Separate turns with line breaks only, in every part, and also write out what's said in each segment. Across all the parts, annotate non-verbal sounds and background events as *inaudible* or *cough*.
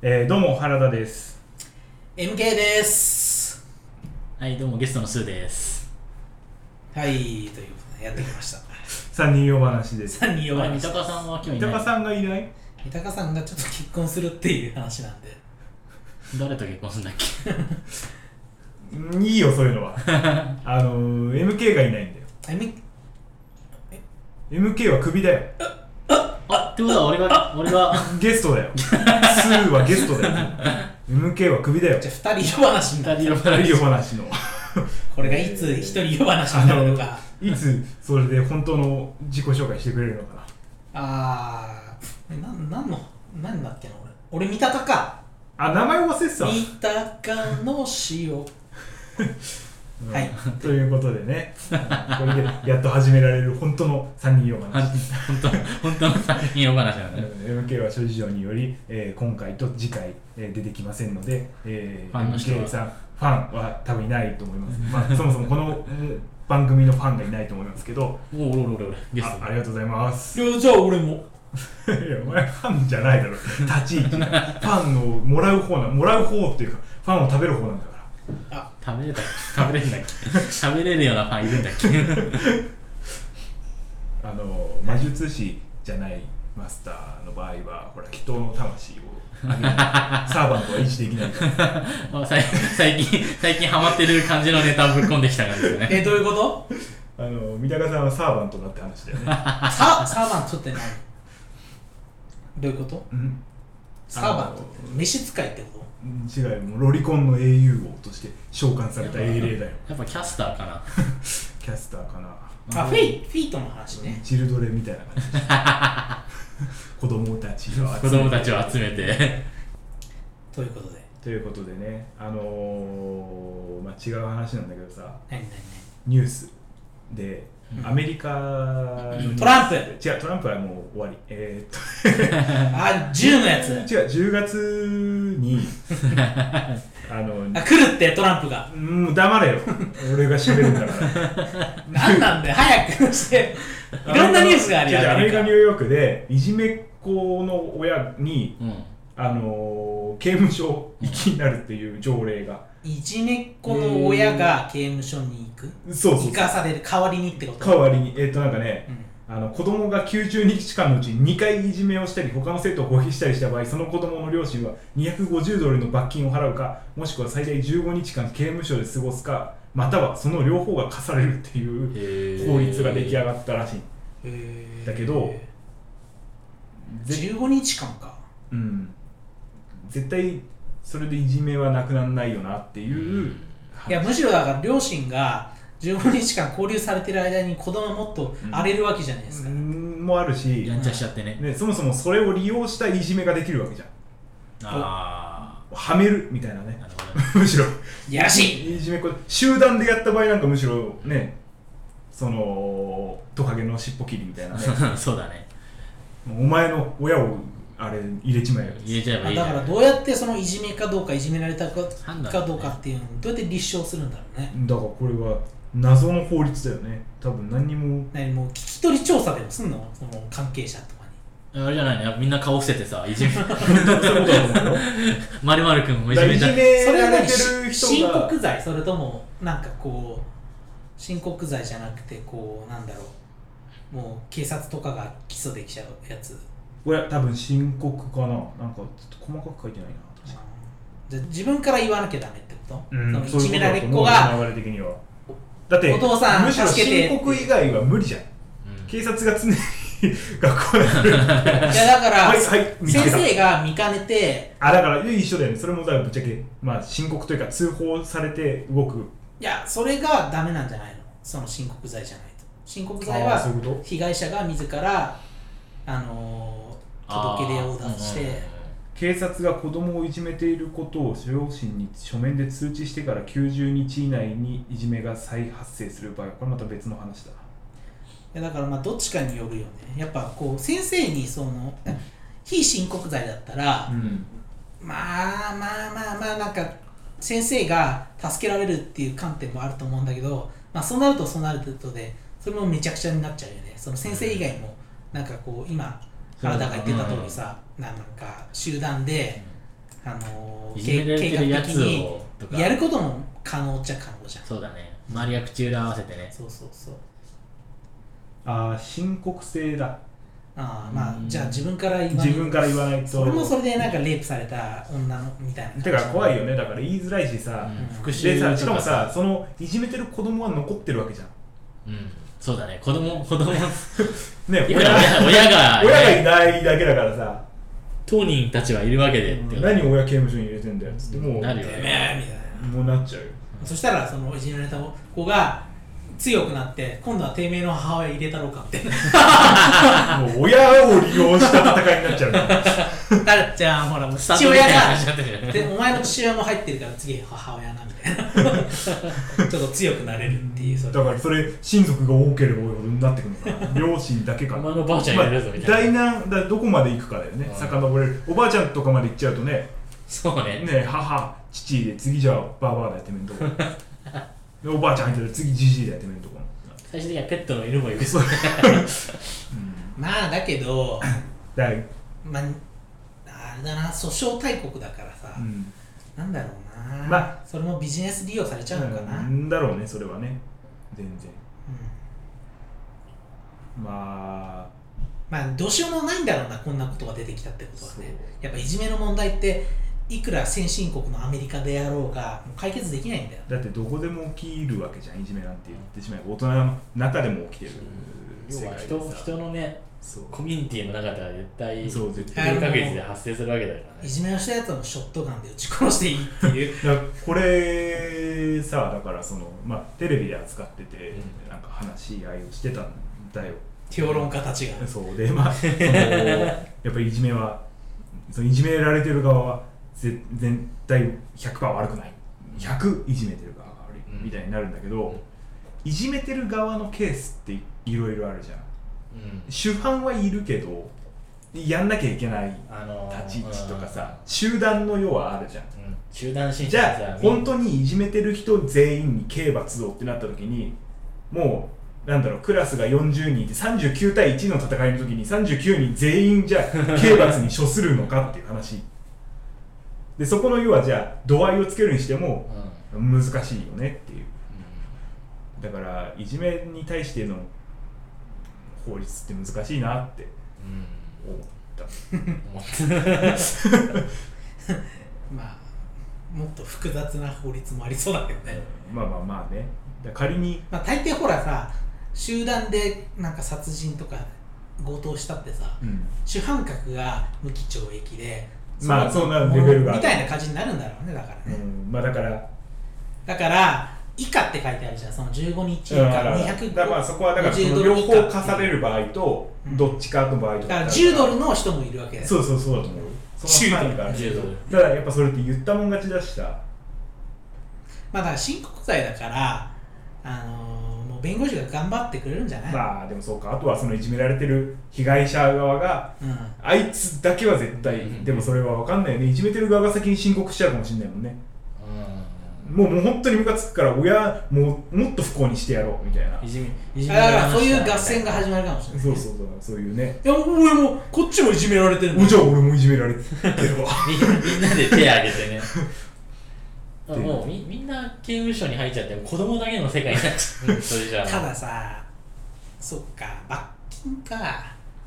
えーどうも原田です。
MK です
はい、どうもゲストのスーです。
はいということでやってきました
三人用話です。
三人
今
弱い
日三
三
鷹さんは今日
三
いな
鷹
い。
さんがいない？
鷹さんがちょっと結婚するっていう話なんで
誰と結婚するんだっけ
うんいいよそういうのは。あのー MK がいないんだよ。
あみ
MK はクビだよ。
あってことは俺が、俺が、
ゲストだよ。スーはゲストだよ。MK はクビだよ
じ。ゃあ二人弱話にな
二
*laughs* る
人の
三人
話
用話の
これがいつ一人弱話になるのか
いつそれで本当の自己紹介してくれるのかな。
あーななんの何だっけな俺俺三鷹か
あ名前忘れてた。
三鷹の塩
うん
はい
ということでね、これでやっと始められる本当の三人用
あ
話。
本当、本当の三人用話なんだね。
MK は諸事情により、えー今回と次回、えー出てきませんので、えー
ファンの人は
MK さんファンは多分いないと思い
*laughs*
ます、まあ、そもそもこのうん番組のファンがいないと思いますけど
おおおおおおゲス
あ
ト
ありがとうございます *laughs* い
いやじゃあ俺も
やお前ファンじゃないだろ立ち位
*laughs*
置がファンをもらう方なもらう方っていうかファンを食べる方なんだから
食べれた食べれるんだっけ食べれるようなファンいるんだっけ
あの魔術師じゃないマスターの場合はほら人の魂をあ
*laughs*
げないサーバントは維持できないから
あ最最近、最近ハマってる感じのネタぶっ込んできた感じですね。
えどういうこと
あの三鷹さんはサーバントだって話だよね、
*laughs*
ササーバントって何どういうこと
うん
サーバントって召使いってこと
うん違うよもうロリコンの英雄王として召喚された英霊だよ
やっぱキャスターかな。
キャスターかな
あフェイフィートの話ね
チルドレみたいな感じで子供たちを集
子
めて
供たちを集めて。
ということで
ということでねあのーまあ、違う話なんだけどさ
何何
ニュースでアメリカのニュース
トランプ
違うトランプはもう終わりえーっと
何あ銃のやつ
*laughs* 違う10月にあの
あ来るってトランプが
もう黙れよ俺が喋るんだから
何なんだよ
*laughs*
早くしていろんなニュースがある
違う違う
よ
アメリカ・
ア
ニューヨークでいじめっ子の親に、
うん。
あのー刑務所行きになるっていう条例が、
いじめっ子の親が刑務所に行く
そうそう
行かされる代わりにってこと
代わりにえっ、となんかね
うん
あの子供が90日間のうちに2回いじめをしたり他の生徒を拒否したりした場合その子供の両親は250ドルの罰金を払うかもしくは最大15日間刑務所で過ごすかまたはその両方が課されるっていう法律が出来上
っ
がったらしい、
へー
だけど
15日間か
うん、絶対それでいじめはなくならないよなっていう話
いやむしろだから両親が15日間交流されてる間に子供はもっと荒れるわけじゃないですか、
うんもあるし
や、んちゃしちゃってね。
ね、そもそもそれを利用したいじめができるわけじゃん
あ
はめるみたいな
あ。
ね *laughs*
なるほどね。
むしろ
いやらしい
いじめっ子集団でやった場合なんかむしろねそのトカゲの尻尾切りみたいなね
そうだね。
お前の親をあれ入れちまえよ
入れちゃえば
あ
いい
だから
ね。
どうやってそのいじめかどうかいじめられたか
判断
かどうかっていうのをどうやって立証するんだろうね
だからこれは謎の法律だよね多分何にも
何もう聞き取り調査でもすんのその関係者とか
あれじゃないね。みんな顔伏せてさ、いじめ。 *laughs*
そういうことだと思うよ
まるまるくんもいじ
だから
め
いじ
じゃ
に
め
それ
ら
は
れ
何
てる
し
人
申
が
告罪それともなんかこう申告罪じゃなくてこうなんだろうもう警察とかが起訴できちゃうやつ
親多分申告かななんかちょっと細かく書いてないな確か
じゃあ自分から言わなきゃダメってこ
う
と、
ん
そのい
そうう
じめられっ子
ことだと
が
思う流れ的にはだって
お父さん
むしろ
助けて
申告以外は無理じゃん警察が常に学校に来る
*laughs* いやだから
はいはい見つけ
先
た
生が見かねて
あだから一緒だよねそれもだからぶっちゃけ、まあ、申告というか通報されて動く
いやそれがダメなんじゃないのその申告罪じゃないと申告罪
あーそうい
は
うこと
被害者が自らあのー届け出を出して、
警察が子供をいじめていることを両親に書面で通知してから90日以内にいじめが再発生する場合これまた別の話だ
いやだからまあどっちかによるよねやっぱこう先生にその *clears throat* 非申告罪だったら、
ん
まあまあまあまあなんか先生が助けられるっていう観点もあると思うんだけど、まあ、そうなるとそうなるとでそれもめちゃくちゃになっちゃうよねその先生以外もなんかこう今
そうだ
原田
ね
が言ってた通りさ、なんか集団であの
いじめられてるやつ
に
をとか
やることも可能っちゃ可能じゃん
そうだね周りは口裏合わせてね
そうそうそう
ああ深刻性だ
ああまあ
うん
じゃあ自分から言わない
自分から言わないと
それもそれでなんかレイプされた女のみたいな感じ
てか怖いよねだから言いづらいしさ、
うん復
でさ
讐
し
と
かも
か
さそのいじめてる子供は残ってるわけじゃん
うんそうだね子供子供 *laughs*
ね
い
親
くら親親
*laughs*
が
親
ね
がいないだけだからさ、
当人たちはいるわけでってこと
何親刑務所に入れてんだよっつってもう
なるよ
て
ね
めえみたい
も
な
うなっちゃうよ
そしたらそのいじめられた子が強くなって今度はてめえの母親入れたろうか
*laughs*
みたいな
もう親を利用した戦いになっち
*laughs*
ゃうから
なるじゃあほらもう
スター
父
トみ
親
たいな
が
話になってるよ
で
*laughs* ね
お前の父親も入ってるから次母親なみたい
*laughs*
なちょっと強くなれるっていうそれ
だからそれ親族が多ければ多いほどになってくるの
*laughs*
かな両親だけか
お前のばあちゃんやるぞみた
大
い
難だどこまで行くかだよね
うん
遡れるおばあちゃんとかまで行っちゃうとね
そうね
ね母父で次じゃあばあばあだやってみるとこでおばあちゃん入ってたら次じじいだやってみるとこ
最終的にはペットの犬もいる
そううん
まあだ
*coughs*
けど、
だから
まあ、あれだな訴訟大国だからさ、
うん
なんだろうな、
ま
それもビジネス利用されちゃうのかな、
う
うん
んだろうねそれはね全然まあ
まあどうしようもないんだろうなこんなことが出てきたってことはね
そう
やっぱいじめの問題っていくら先進国のアメリカであろうがもう解決できないんだよ
だってどこでも起きるわけじゃんいじめなんて言ってしまえば大人の中でも起きてる
要
世
は
界で
人
さ
人のね
そう
コミュニティの中では絶対
そう絶
対
不可欠で発生するわけだから
い
ね
じめをしたやつはもうショットガンで撃ち殺していいっていう
だからこれさだからその、まあ、テレビで扱ってて、
う
なんか話し合いをしてたんだよ
評論家たちが
そうでまあそのやっぱりいじめはそのいじめられてる側はぜ全体100%悪くない100いじめてる側が悪い、
うん
みたいになるんだけど、いじめてる側のケースっていろいろあるじゃん
うん
主犯はいるけどやんなきゃいけない
あのー
立ち位置とかさ集団の要はあるじゃん
うん集団心理
じゃあ
みん
本当にいじめてる人全員に刑罰をってなった時にもうなんだろうクラスが40人いて39対1の戦いの時に39人全員じゃあ刑罰に処するのかっていう話でそこの要はじゃあ度合いをつけるにしても
うん
難しいよねっていうだからいじめに対しての法律って難しいなって
う
思った
ん思った
まあもっと複雑な法律もありそうだけどね、
まあまあまあねだから仮に
まあ、大抵ほらさ集団でなんか殺人とか強盗したってさ
うん
主犯格が無期懲役で
まあ
の
そうなるレベルが
みたいな感じになるんだろうねだから
う
ね、
んまあだから
だから以下って書いてあるじゃんその15日以
だか
下
らだ
200
からまあそこはだからそ
50
の
ドル
両
以下
方課される場合と
うん
どっちかの場合と
だ
か
から10ドルの人もいるわけだよ
そうそうそうだと思うその範囲がある
10ドル
ただやっぱそれって言ったもん勝ちだしさ
まあだから申告罪だからあのーもう弁護士が頑張ってくれるんじゃない、
まあでもそうかあとはそのいじめられてる被害者側が
うん
あいつだけは絶対
うん
でもそれは分かんないよねいじめてる側が先に申告しちゃうかもしれないもんね
うん
もうもう本当にムカつくから親もうもっと不幸にしてやろうみたいない
じめ
だ
いじ
か
められま
ら
した
そういう合戦が始まるかもしれない
そうそうそうそういうね *laughs*
いや俺もこっちもいじめられてるん
も
だよ
ちろん俺もいじめられてるわ *laughs*
みんなみんなで手挙げてねあもうみみんな刑務所に入っちゃって子供だけの世界になっちゃうそれじゃあ
たださそっか罰金か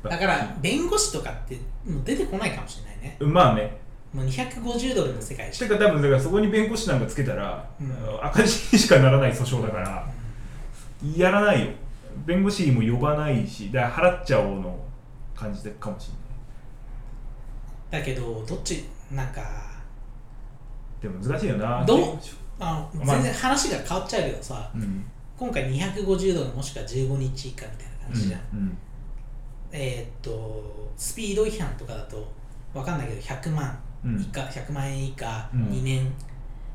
罰
だ
金
から弁護士とかってもう出てこないかもしれないね
まあね
もう250ドルの世界でしょ
てか多分だからそこに弁護士なんかつけたら、
うん
赤字にしかならない訴訟だから、やらないよ弁護士も呼ばないしだから払っちゃおうの感じでかもしれな
だけどどっちなんか
いでも難しいよな
どう
う、
あの
まあ
全然話が変わっちゃうけどさ
うん
今回250ドルもしくは15日以下みたいな感じじゃん、
うん
えーっとスピード違反とかだとわかんないけど100万
うん
以下、100万円以下、
うん
2年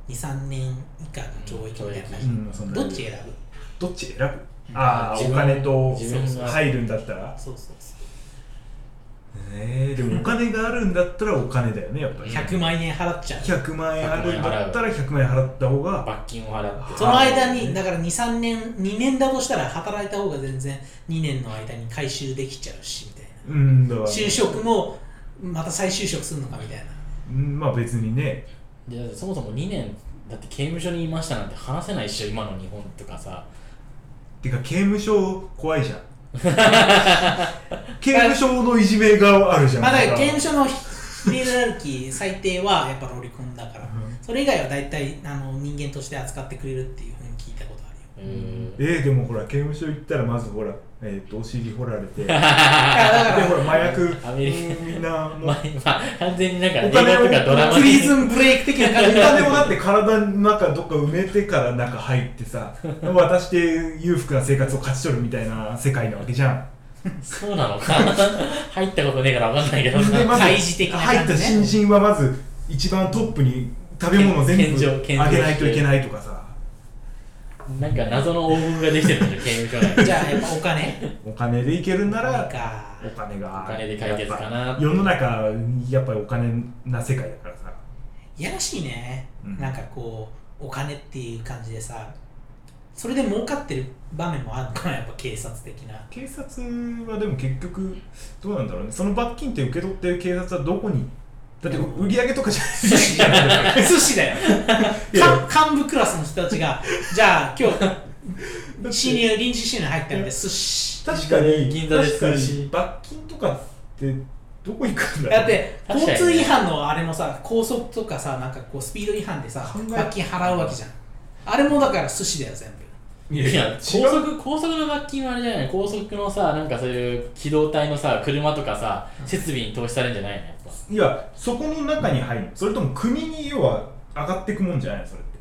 23年以下の懲役みたいな感じ、
うんそんな
どっち選ぶ
どっち選ぶああ
自
お
分
金と
自分が
そうそう入るんだったら
そうそうそう
えー、でもお金があるんだったらお金だよねやっぱり
100万円払っちゃう
100万円あるんだったら100万円払った方が
罰金を払って
その間
は
に
い
だから23年2年だとしたら働いた方が全然2年の間に回収できちゃうしみたいな
うんだから
就職もまた再就職するのかみたいな
うんまあ別にね
でだってそもそも2年だって刑務所にいましたなんて話せないっしょ今の日本とかさ
てか刑務所怖いじゃん刑務所のいじめがあるじゃん
まあだから刑務
所
所のヒエラルキー最低はやっぱロリコンだから
うん
それ以外は大体あの人間として扱ってくれるっていうふうに聞いたことあるよ
うーん
えー、でもほら刑務所行ったらまずほら、えー、とお尻掘られ
*laughs*
てで
だから
ほら麻薬
アメリカ
うんみんなもう
まあ、今完全になんか
お
映画
金を
とかドラマ
プリ
的
ズンブレイク的な感
お
じだね
金をだって体の中どっか埋めてから中入ってさ渡して裕福な生活を勝ち取るみたいな世界なわけじゃん
そうなのか *laughs* 入ったことねえから分かんないけどさ
でまず
開示的な感じね
入った新人はまず一番トップに食べ物全
献
部
上献上
あげないといけないとかさ
なんか謎の黄金ができてるんだよ刑務所
*laughs* *laughs*
内
じゃあやっぱお金
お金でいけるんな
なん
ら
か
お金が
お金で解決かな
やっぱ世の中やっぱりお金な世界だからさ
いやらしいね、
うん
なんかこうお金っていう感じでさそれで儲かってる場面もあるのかなやっぱ警察的な
警察はでも結局どうなんだろうねその罰金って受け取ってる警察はどこにだって売り上げとかじゃないじゃない
*laughs* 寿司だよ
いや
*laughs* か幹部クラスの人たちがじゃあ今
って
日新入臨時収入入ったんで寿司
確かに
*laughs* 銀座で
確かに
通信
罰金とかってどこ行くんだろう
*laughs* だって
確かに
交通違反のあれもさ高速とかさなんかこうスピード違反でさ
考え
罰金払うわけじゃんあれもだから寿司だよ全部
い
いや
違
高
う
速高速の罰金はあれじゃない高速のさなんかそういう機動隊のさ車とかさ設備に投資されるんじゃないのやっぱ
いやそこの中に入るそれとも国に要は上がっていくもんじゃないそれって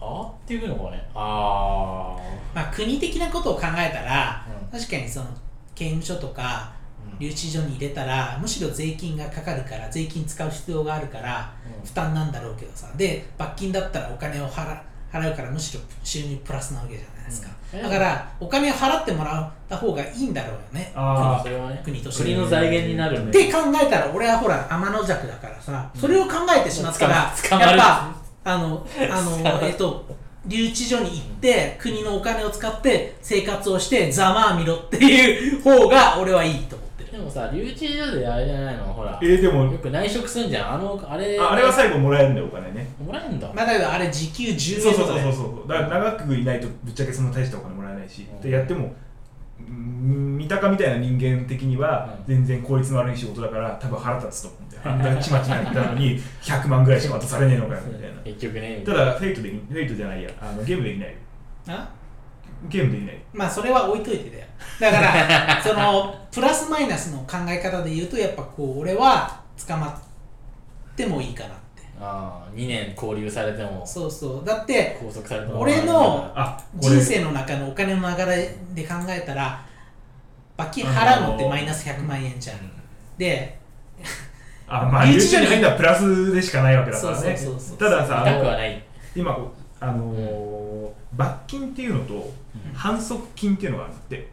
あーっていうのかねあ
まあ、国的なことを考えたら、
う
確かにその刑務所とか
うん
留置所に入れたらむしろ税金がかかるから税金使う必要があるから
うん
負担なんだろうけどさで罰金だったらお金を払払うからむしろ収入プラスなわけじゃないですか、
うん
だからお金を払ってもらった方がいいんだろうよね
あ
あ
それはね
国として
国の財源になるん
っ
で
て考えたら俺はほら天の弱だからさそれを考えてしまったら、
捕ま
やっ
る
ぱ
*laughs*
あのあのえっと留置所に行って国のお金を使って生活をしてざまあみろっていう方が俺はいいと思ってる
でもさ留置所であれじゃないのほら
えー、でも
よく内職すんじゃんあのあれ
ああれは最後もらえるんだよお金ね
もらえんだ
まあだけどあれ時給10円
そう
と
そうそう
かだ
そう
よ
そうだから長くいないとぶっちゃけそんな大したお金もらえないし、
うん
でやってもうん三鷹みたいな人間的には
うん
全然効率の悪い仕事だから多分腹立つと思うんだよあんなちまちまやったのに100万ぐらいしか渡されねえのかよみたいな
結局ね
ただフェイトできフェイトじゃないやあのゲームできない
あ
ゲームできない
まあそれは置いといてだよだから
*laughs*
そのプラスマイナスの考え方で言うとやっぱこう俺は捕まってもいいかなって
あ2年拘留されても
そうそうだって
拘束されても
俺の
あこれ
人生の中のお金の流れで考えたら罰金払うのってマイナス100万円じゃん、で
あまあ
留
留
置
置所
所に
に入ったらプラスでしかないわけだから
そう
ね
そうそうそう
たださあ
痛くは
の
ない
今こうあのー罰金っていうのと反則金っていうのがあるんだって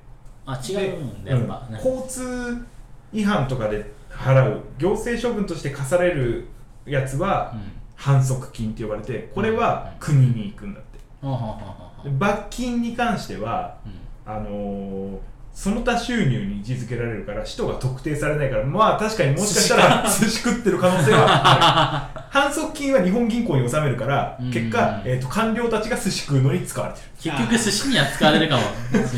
あ違うんだ
う
やっ
ん
ぱなんか
交通違反とかで払う行政処分として課されるやつは
うん
反則金って呼ばれてこれは
うん
国に行くんだって
はんはんはんはんは
で
ん
罰金に関しては
うん
あのーその他収入に位置づけられるから使途が特定されないからまあ確かにもしかしたら寿司食ってる可能性は
*laughs*
ある反則金は日本銀行に納めるから
うん
結果、えー、と官僚たちが寿司食うのに使われてる
結局寿司には使われるかもし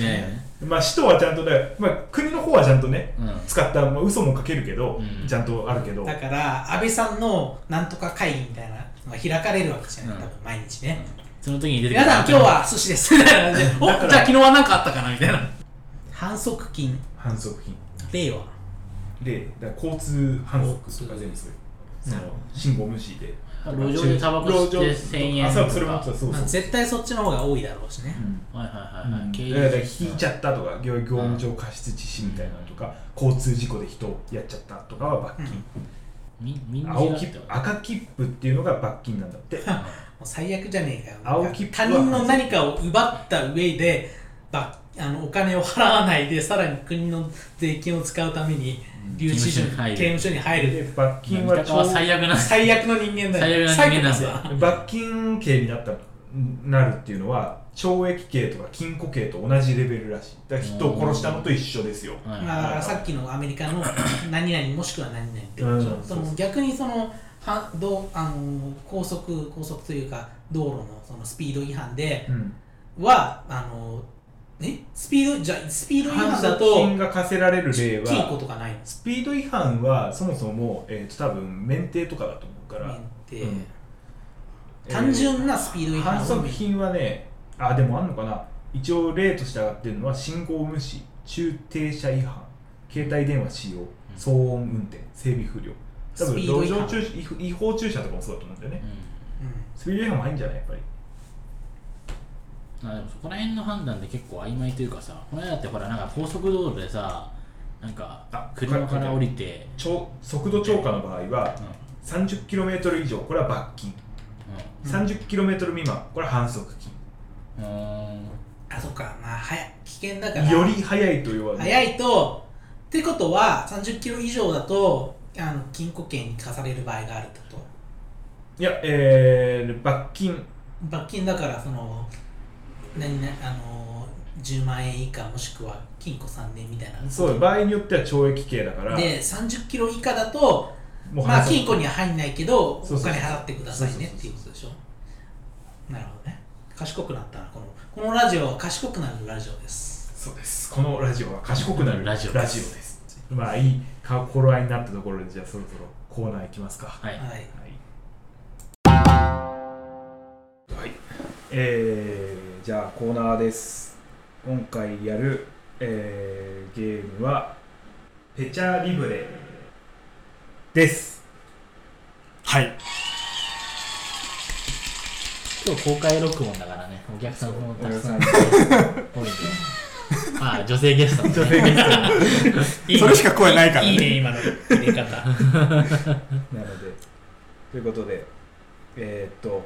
れないよね
まあ使途はちゃんとね、まあ、国の方はちゃんとね
うん
使った、まあ、嘘もかけるけど、
うん
ちゃんとあるけど、
だから安倍さんのなんとか会議みたいなのが開かれるわけじゃない、
うん
多分毎日ね、
その時に出て
皆さん今日は寿司ですみたいな感じで *laughs* お
だから
じゃあ昨日は何かあったかなみたいな反則金
反則金
令和
でだから交通反則とか全部そういうその信号無視で
路上でタバコ吸って1000円
あ
と
そう
か
それもそうそう
まあ、絶対そっちの方が多いだろうしね、
うん
はいはいはいはい経
だ
由
から引いちゃったとか業業務上過失致死みたいなのとか、交通事故で人やっちゃったとかは罰金、
み民事だ
青
って
切符赤切符っていうのが罰金なんだって
もう最悪じゃねえかよ
青切符は
他人の何かを奪った上でばあのお金を払わないでさらに国の税金を使うために留置所に
刑務所 *laughs*
刑務所
に入る
に入る
で罰金は
三鷹は最悪な
最悪の人間だよ
最悪の人間なん
サイコ
だよ
パ
*laughs*
ス
罰金刑になったなるっていうのは懲役刑とか禁錮刑と同じレベルらしいだから人を殺したのと一緒ですよ、
はい
まあ、だからさっきのアメリカの何々もしくは何々ってことでしょ
うん
その逆にそのはどうあの高速高速というか道路のそのスピード違反で
うん、
はあのえスピードじゃあスピード違反だ
反則
と
金が課せられる例
金庫
は
とかないの
スピード違反はそもそも、えー、と多分免停とかだと思うから、
って、
うん
単
え
純なスピード
ー
違反
反則金はねあでもあんのかな一応例として挙がってるのは信号無視中停車違反携帯電話使用騒音運転整備不良多
ス
分
ピード
路
違反
上駐違違法駐車とかもそうだと思うんだよね
う
スピード違反も入るんじゃないやっぱり
まあでもそこら辺の判断で結構曖昧というかさこの間だってほらなんか高速道路でさなんか
あ
車から降りて
超速度超過の場合は
うん
30km 以上これは罰金
うん
30km 未満これは反則金
うんうん
んあそっかまあはや危険だから
より速いと言われる
早いとってことは30キロ以上だとあの禁錮刑に課される場合があるってこと
いや、えー、罰金、
罰金だからその何ねあの10万円以下もしくは禁錮3年みたいな
そう、場合によっては懲役刑だから、
で30キロ以下だと
もう
まあ
反則
金庫には入んないけどお
そうそう
金払ってくださいねっ
そうそ
て
うそうそう
いうことでしょなるほどね賢くなったなこのこのラジオは賢くなるラジオです
そうです。このラジオは賢くなる
ラ
ラ
ジ
ジ
オ
オ
です
です。まあ、いいか頃合いになったところで、じゃあそろそろコーナーいきますか。は
はい
はい
い。はい、えー、じゃあコーナーです。今回やる、えー、ゲームは、ペチャリブレです。
はい。
今日公開録音だからねお客さんもたくさん
お
*laughs* 多
客
いんでああ女性ゲスト女性ゲス *laughs* ト
それしか声ないからね
いいね今の入れ方
なので、ということで、えー、っと、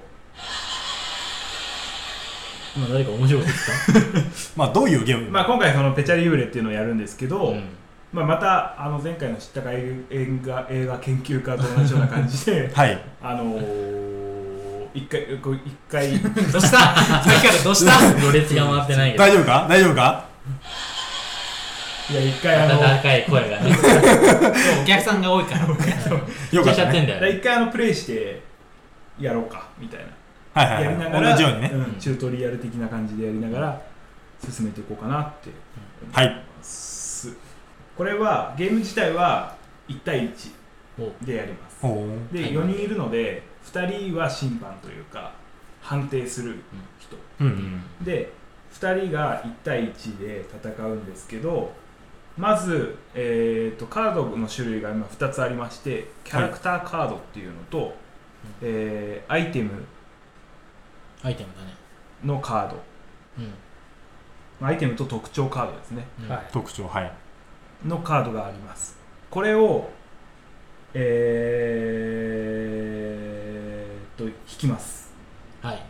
今誰か面白いこと
まあ、どういうゲーム
まあ、今回そのペチャリブレっていうのをやるんですけど、
言っ
まあ、またあの前回の知ったか映画映画研究家と同じような感じ
*laughs*
で
はい。
あのー、一回こう一
*laughs*
回
どうしたさっきからどうした
うん序列が回ってないけど
大丈夫か大丈夫か
いや一回あの
温かい声がね
お客さんが多いから
よかっ
ち
た、
ゃってん
ね。
だよね
一回あのプレイしてやろうかみたい
は
な
いはい
やりなが
は
ら
い。同じようにね。
んチュートリアル的な感じでやりながら進めていこうかなって
は
思い
い。
ます、これはゲーム自体は1対1でやります
ほう。
で
はい
4人いるので2人は審判というか判定する人、
うんう。
うん
で2人が1対1で戦うんですけどまず、えー、とカードの種類が今2つありましてキャラクターカードっていうのと、えーアイテム
アイテムだね
のカードまあアイテムと特徴カードですね
うんうん
はい
特徴、はい。
のカードがありますこれをえー、と引きます
はい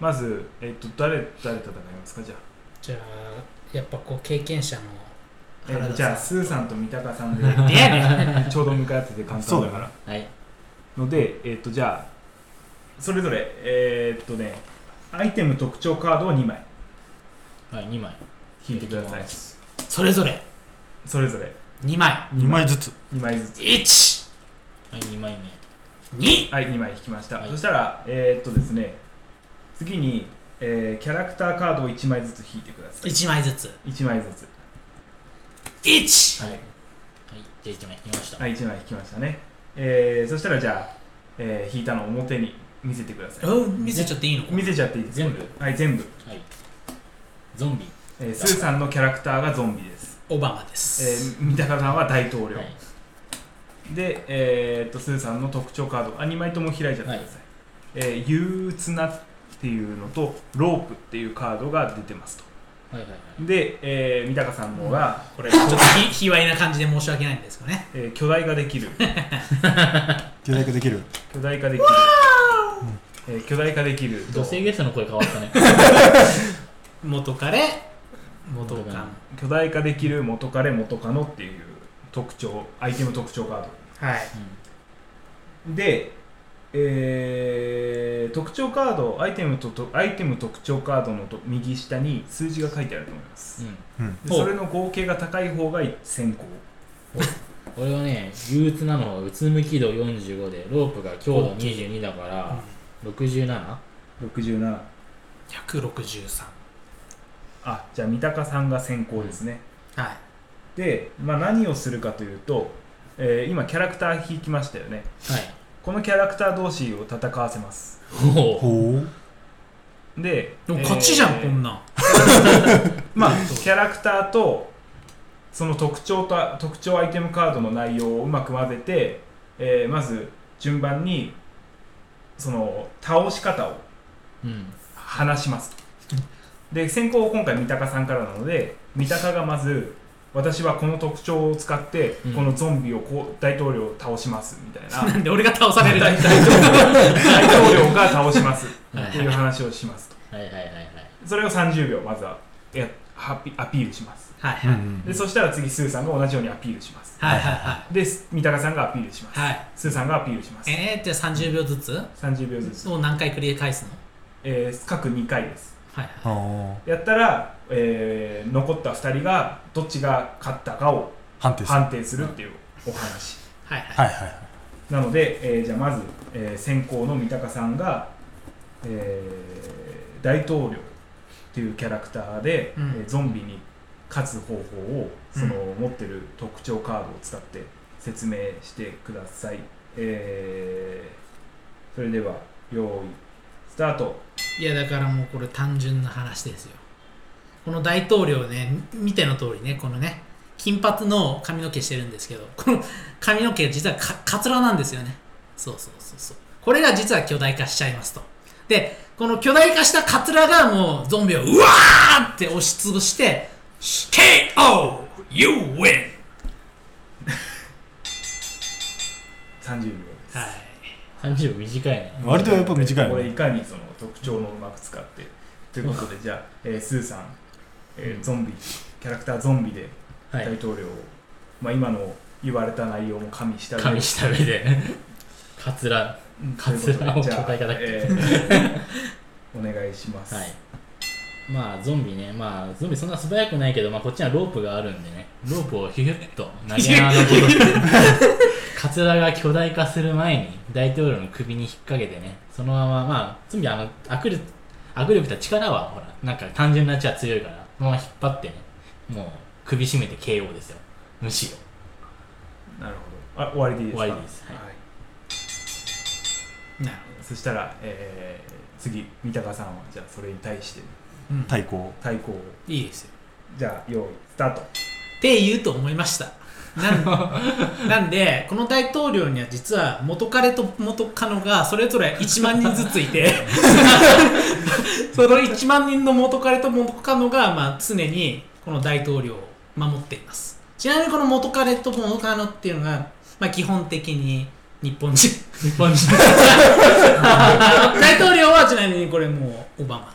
まず、えー、と誰誰戦いますかじゃあ
じゃあやっぱこう経験者の
えーじゃあスーさんと三鷹さんで
でやね
*laughs*
ん
ちょうど向かい合ってて簡単だから
はい
ので、えー、とじゃあそれぞれえー、っとねアイテム特徴カードを2枚
はい2枚
引いてください
引き
それぞれ
それぞれ
2枚
2枚ずつ。
2枚ずつ
1
はい2枚目
2
はい2枚引きました、
はい
そしたらえー、っとですね次に、えーキャラクターカードを1枚ずつ引いてください
1枚ずつ
1枚ずつ
1
はいはいじゃあ1枚引きました
はい1枚引きましたねえー、そしたらじゃあ、えー引いたのを表に見せてください
うん見せちゃっていいの
見せちゃっていいですか
全部
はい全部、
はいゾンビ
えー、スーさんのキャラクターがゾンビです、
オバマで
え
す、
ー、三鷹さんは大統領、
はい
で、えー、っとスーさんの特徴カードあ2枚とも開いちゃってください、えー憂鬱なっていうのとロープっていうカードが出てますと
はいはいはい
で、えー、三鷹さんのが、
これちょっとひ卑猥な感じで申し訳ないんですけどね
えー巨大化できる
協力できる。
巨大化できる、えー巨大化できると
女性ゲストの声変わったね *laughs*
元彼元
元カ
カ
巨大化できる元彼元カノっていう特徴アイテム特徴カー
はい
ドで、えー特徴カードアイテムととアイテム特徴カードのと右下に数字が書いてあると思います
うんうん
で
ほう
それの合計が高い方が1000個
俺はね憂鬱なのはうつむき度45でロープが強度22だから67
67
163
あじゃあ三鷹さんが先行ですね、
はい
で、まあ、何をするかというと、えー今キャラクター引きましたよね
はい
このキャラクター同士を戦わせます
おお
ほう
で
でも勝ちじゃ
え
ん、
ー
こんなん
まあ
そう
キャラクターとその特徴と特徴アイテムカードの内容をうまく混ぜて、えーまず順番にその倒し方を
うん
話しますで先行今回三鷹さんからなので三鷹がまず私はこの特徴を使って
うん
このゾンビをこう大統領を倒しますみたいな、
なんで俺が倒される
大大統領大統領が倒しますっていう話をしますと
はいはいはいはい
それを30秒まずはやハピアピールします
はい
うん
は
う
い
ん
でそしたら次スーさんが同じようにアピールします
はいは
で三鷹さんがアピールします
いはい
スーさんがアピールします
えー、じゃあ30秒ずつ
30秒ずつ、
を何回繰り返すの
えー各2回です
はい
あー
やったら、えー残った2人がどっちが勝ったかを
判定する
判定するっていうお話
はいはいは
はいいはいはい
なので、えーじゃあまず、えー先行の三鷹さんが、えー大統領っていうキャラクターで、
うん
えーゾンビに勝つ方法をその、
う
持ってる特徴カードを使って説明してください、えーそれでは用意スタート
いやだからもうこれ単純な話ですよこの大統領ね見ての通りねこのね金髪の髪の毛してるんですけどこの髪の毛実はかかつらなんですよねそうそうそうそうこれが実は巨大化しちゃいますとでこの巨大化したカツラがもうゾンビをうわーって押しつぶして KO! You win! はい
30秒です、
30秒短いね
割とやっぱ短い
これ
ね
いかにその特徴のうまく使ってということでじゃあ、えースーさん、えーゾンビキャラクターゾンビで
は
大
い
統領を、まあ、今の言われた内容も加味した
加味した上 *laughs* で *laughs* カツラ
うん
カツラを
ということで
巨大化だっけ
えー *laughs* お願いします、
はい。まあ、ゾンビね、まあ、ゾンビそんな素早くないけど、まあ、こっちにはロープがあるんでね、ロープをヒュヒュッと投げながら戻って、カツラが巨大化する前に、大統領の首に引っ掛けてね、そのまま、まあ、ゾンビはあの握力、握力と力は、ほら、なんか単純な血は強いから、そのまま引っ張ってね、もう、首絞めて KO ですよ。 *laughs* むしろ。
なるほどあ終わりでいいですか
終わりですはい
なる
そしたら、えー次三鷹さんはじゃあそれに対して
ほど、うん
対抗
対抗を
いいですよ
じゃあ用意スタート
って言うと思いましたなん
*laughs*
なんでこの大統領には実は元彼と元カノがそれぞれ1万人ずついて
*laughs*
その1万人の元彼と元カノが、まあ、常にこの大統領を守っていますちなみにこの元彼と元カノっていうのが、まあ、基本的に日本人
日本人。
*laughs* 大統領はちなみにこれもうオバマ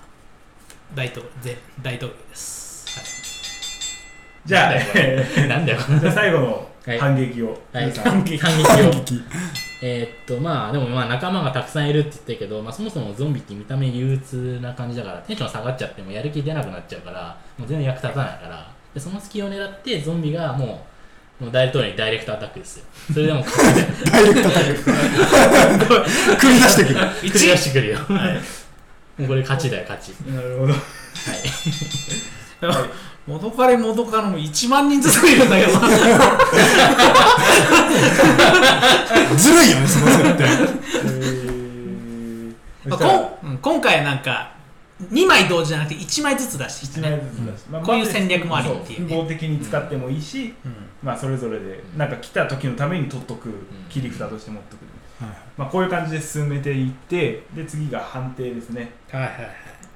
大統領ぜ大統領です、
*laughs* じゃあ、え
なんだよ、
ーじゃあ最後の
はい
反撃を、
はい、
皆さん
反撃を。
撃
えーっとまあでもまあ仲間がたくさんいるって言ったけど、まあ、そもそもゾンビって見た目憂鬱な感じだからテンション下がっちゃってもうやる気出なくなっちゃうからもう全然役立たないからでその隙を狙ってゾンビがもうもう大統領にダイレクトアタックですよそれ *laughs* でも
ダイレクト叩く繰り出してくる
繰り出してくるよ、 *laughs* もうこれ勝ちだよ勝ち
なるほど
*laughs* 元彼元カノも1万人ずついるんだけど
ずるいよねその設定
えーそ
ま
したら
あこんうん今回なんか2枚同時じゃなくて1枚ずつ出してき
一
た
枚
ね、
ずつだしまあ
こういう戦略もありっていう
そう
ね
複合的に使ってもいいし、
うん
まあ、それぞれで
うん
なんか来た時のために取っとく切り札として持っとく、
はい
まあ、こういう感じで進めていってで次が判定ですね
はいはいはい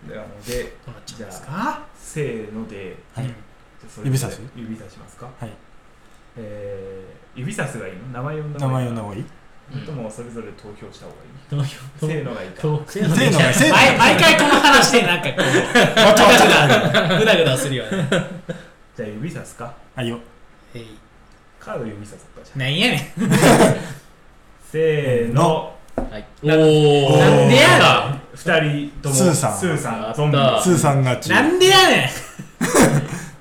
なので
どうなっちゃうんですか
せーので
はい
うん
じゃあそれぞれ
指さす
指さしますか
はい
えー、指さすがいいの名前呼んだ
名
方が
前
いい
呼んだ
の
方がいい
それともそれぞれ投票した方がいい、
投票
せーのがいいか
投票
せーのがせーの
毎毎回この話でなんかこう
わちゃわちゃだ
グダグダするよね
じゃあ指さすか
はいよ
えい
カード指さすかじゃあ
なんやねん
せーの
はい、おお
なんでやね
2人とも
スーさん
スーさんゾンビ
あ
スーさんがち
んなんでやね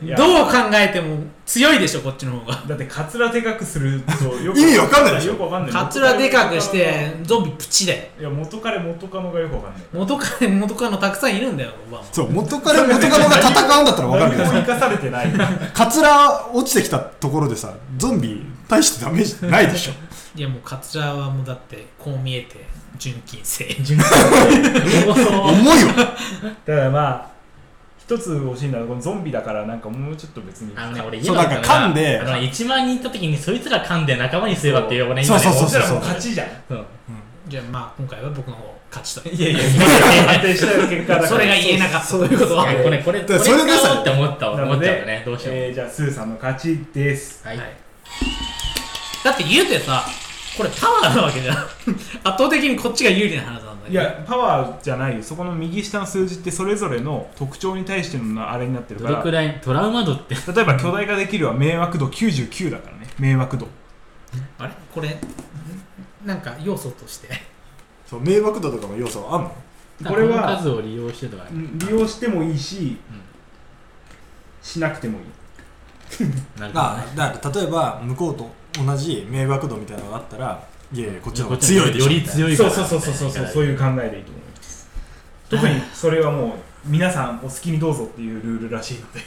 ん
いや
どう考えても強いでしょこっちの方が
だってカツラでかくするとよ
意味わかんないでしょ
よくわかんない
カツラでかくしてゾンビプチだよ
いや元彼元カノがよくわかんない
元カレ元カノたくさんいるんだよおばあも
そう元から元カノが戦うんだったら分かる
何
け
も
ど
生
さ
かされてない
カツラ落ちてきたところでさゾンビ大してダメージないでし *laughs* ょ
いやもうカツラはもうだってこう見えて純金製
*laughs*
重いよ
ただまあ一つ欲しいのはこのゾンビだからなんかもうちょっと別に
あのね、俺
そう
嫌だったのが
なんか噛んで
あのね1万人いった時にそいつら噛んで仲間にすればっていう俺今ね
そうそう
そ
そう
したらもう勝ちじゃん
そう
じゃあまあ今回は僕の方勝ちと
いやいや
安定した結果だから
*laughs* それが言えなかったということは
これこれこれ
それでさ
使おうって思った
な
思
の
っちゃう
で
よねどうしよう、
えーじゃあスーさんの勝ちです
はい、
はいだって言うてさこれパワーなわけじゃん *laughs* 圧倒的にこっちが有利な話なんだ
いやパワーじゃないよそこの右下の数字ってそれぞれの特徴に対してのあれになってる
ど
か
れ
ら
くらいトラウマ度って
例えば巨大化できるは迷惑度99だからね迷惑度
あれこれんなんか要素として
そう迷惑度とかの要素はあんの
*laughs* これ
の
は
数を利用してとかね
うん利用してもいいし、しなくてもいい
なるほど
あ
ね
だから例えば向こうと同じ迷惑度みたいなのがあったらいやいやこっちの方
こ
が
っちの
強
方
いでしょ
より強い
そ
か
う
ら
そうそうそうそうそうそういう考えでいいと思います特にそれはもう皆さんお好きにどうぞっていうルールらしいので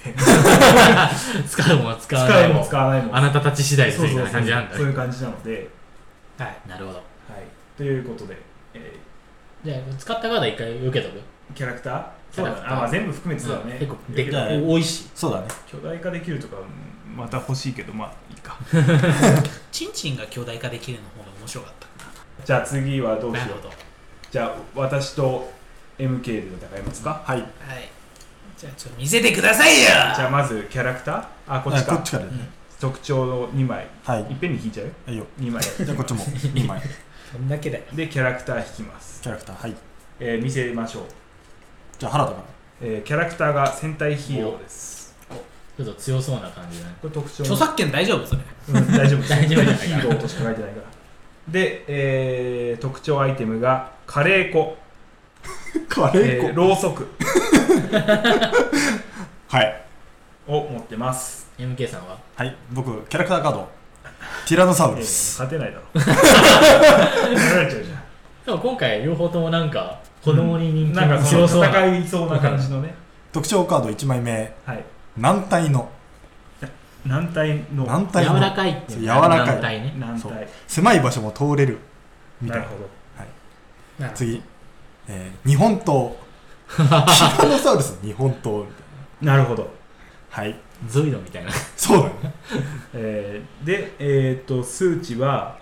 使うもん使わ
使
な
う
いも
も
ん
使わないも
あなたたち次第です
そう
みた
そ
いう
そう
な感じなんだ
そういう感じなので、
はい
なるほど
はい、ということで、え
じゃあ使った方は一回受けとく
ーキャラクター
キャラクター
あ、まあ、全部含めてそうだね、
結構でっ
じゃあ
かい多いし
そうだね
巨大化できるとかうんまた欲しいけどまあいいか
チンチンが巨大化できるの方が面白かったか
じゃあ次はどうし
ななる
よう
ほどは
じゃあ私と MK で戦いますか
はい
いじゃあちょっと見せてくださいよ
じゃあまずキャラクターあこっち
あ
か
こっちからね
特徴の2枚
はい
いっぺんに引いちゃうよ
はいよ
2枚
じゃあこっちも2枚キ
そんだけだよ
でキャラクター引きます、
ャラクターはい
えー見せましょう、
じゃあ原田から
えーキャラクターが戦隊ヒーローです
ちょっと強そうな感じだね
これ特徴の
著作権大丈夫それ
うん、大丈夫
大丈夫じゃないか
ヒーローとしか書いてないからで、えー特徴アイテムがカレー粉、
カ
え
レ
ー
ー粉
ろうそく
はい
を持ってます、
MK さんは
はい僕キャラクターカードティラノサ
え
ウ
ー
ルス
勝てないだろやられちゃうじゃん
でも今回両方ともなんか子供に人気
なんかその
強そうな
戦いそうな感じのね、
特徴カード1枚目
はい、
軟体の
軟体の
軟体
柔ら
の
かいっていう
柔らかい
軟体ね
軟
そう
体
狭い場所も通れるみ
な
たい
る
な
ほど
なるほど
次、えー日本 *laughs* 刀ティラノサウルス日本刀みたいな
なるほど、
はい
ゾイドみたいな
そうだね
えーで、えー、と数値は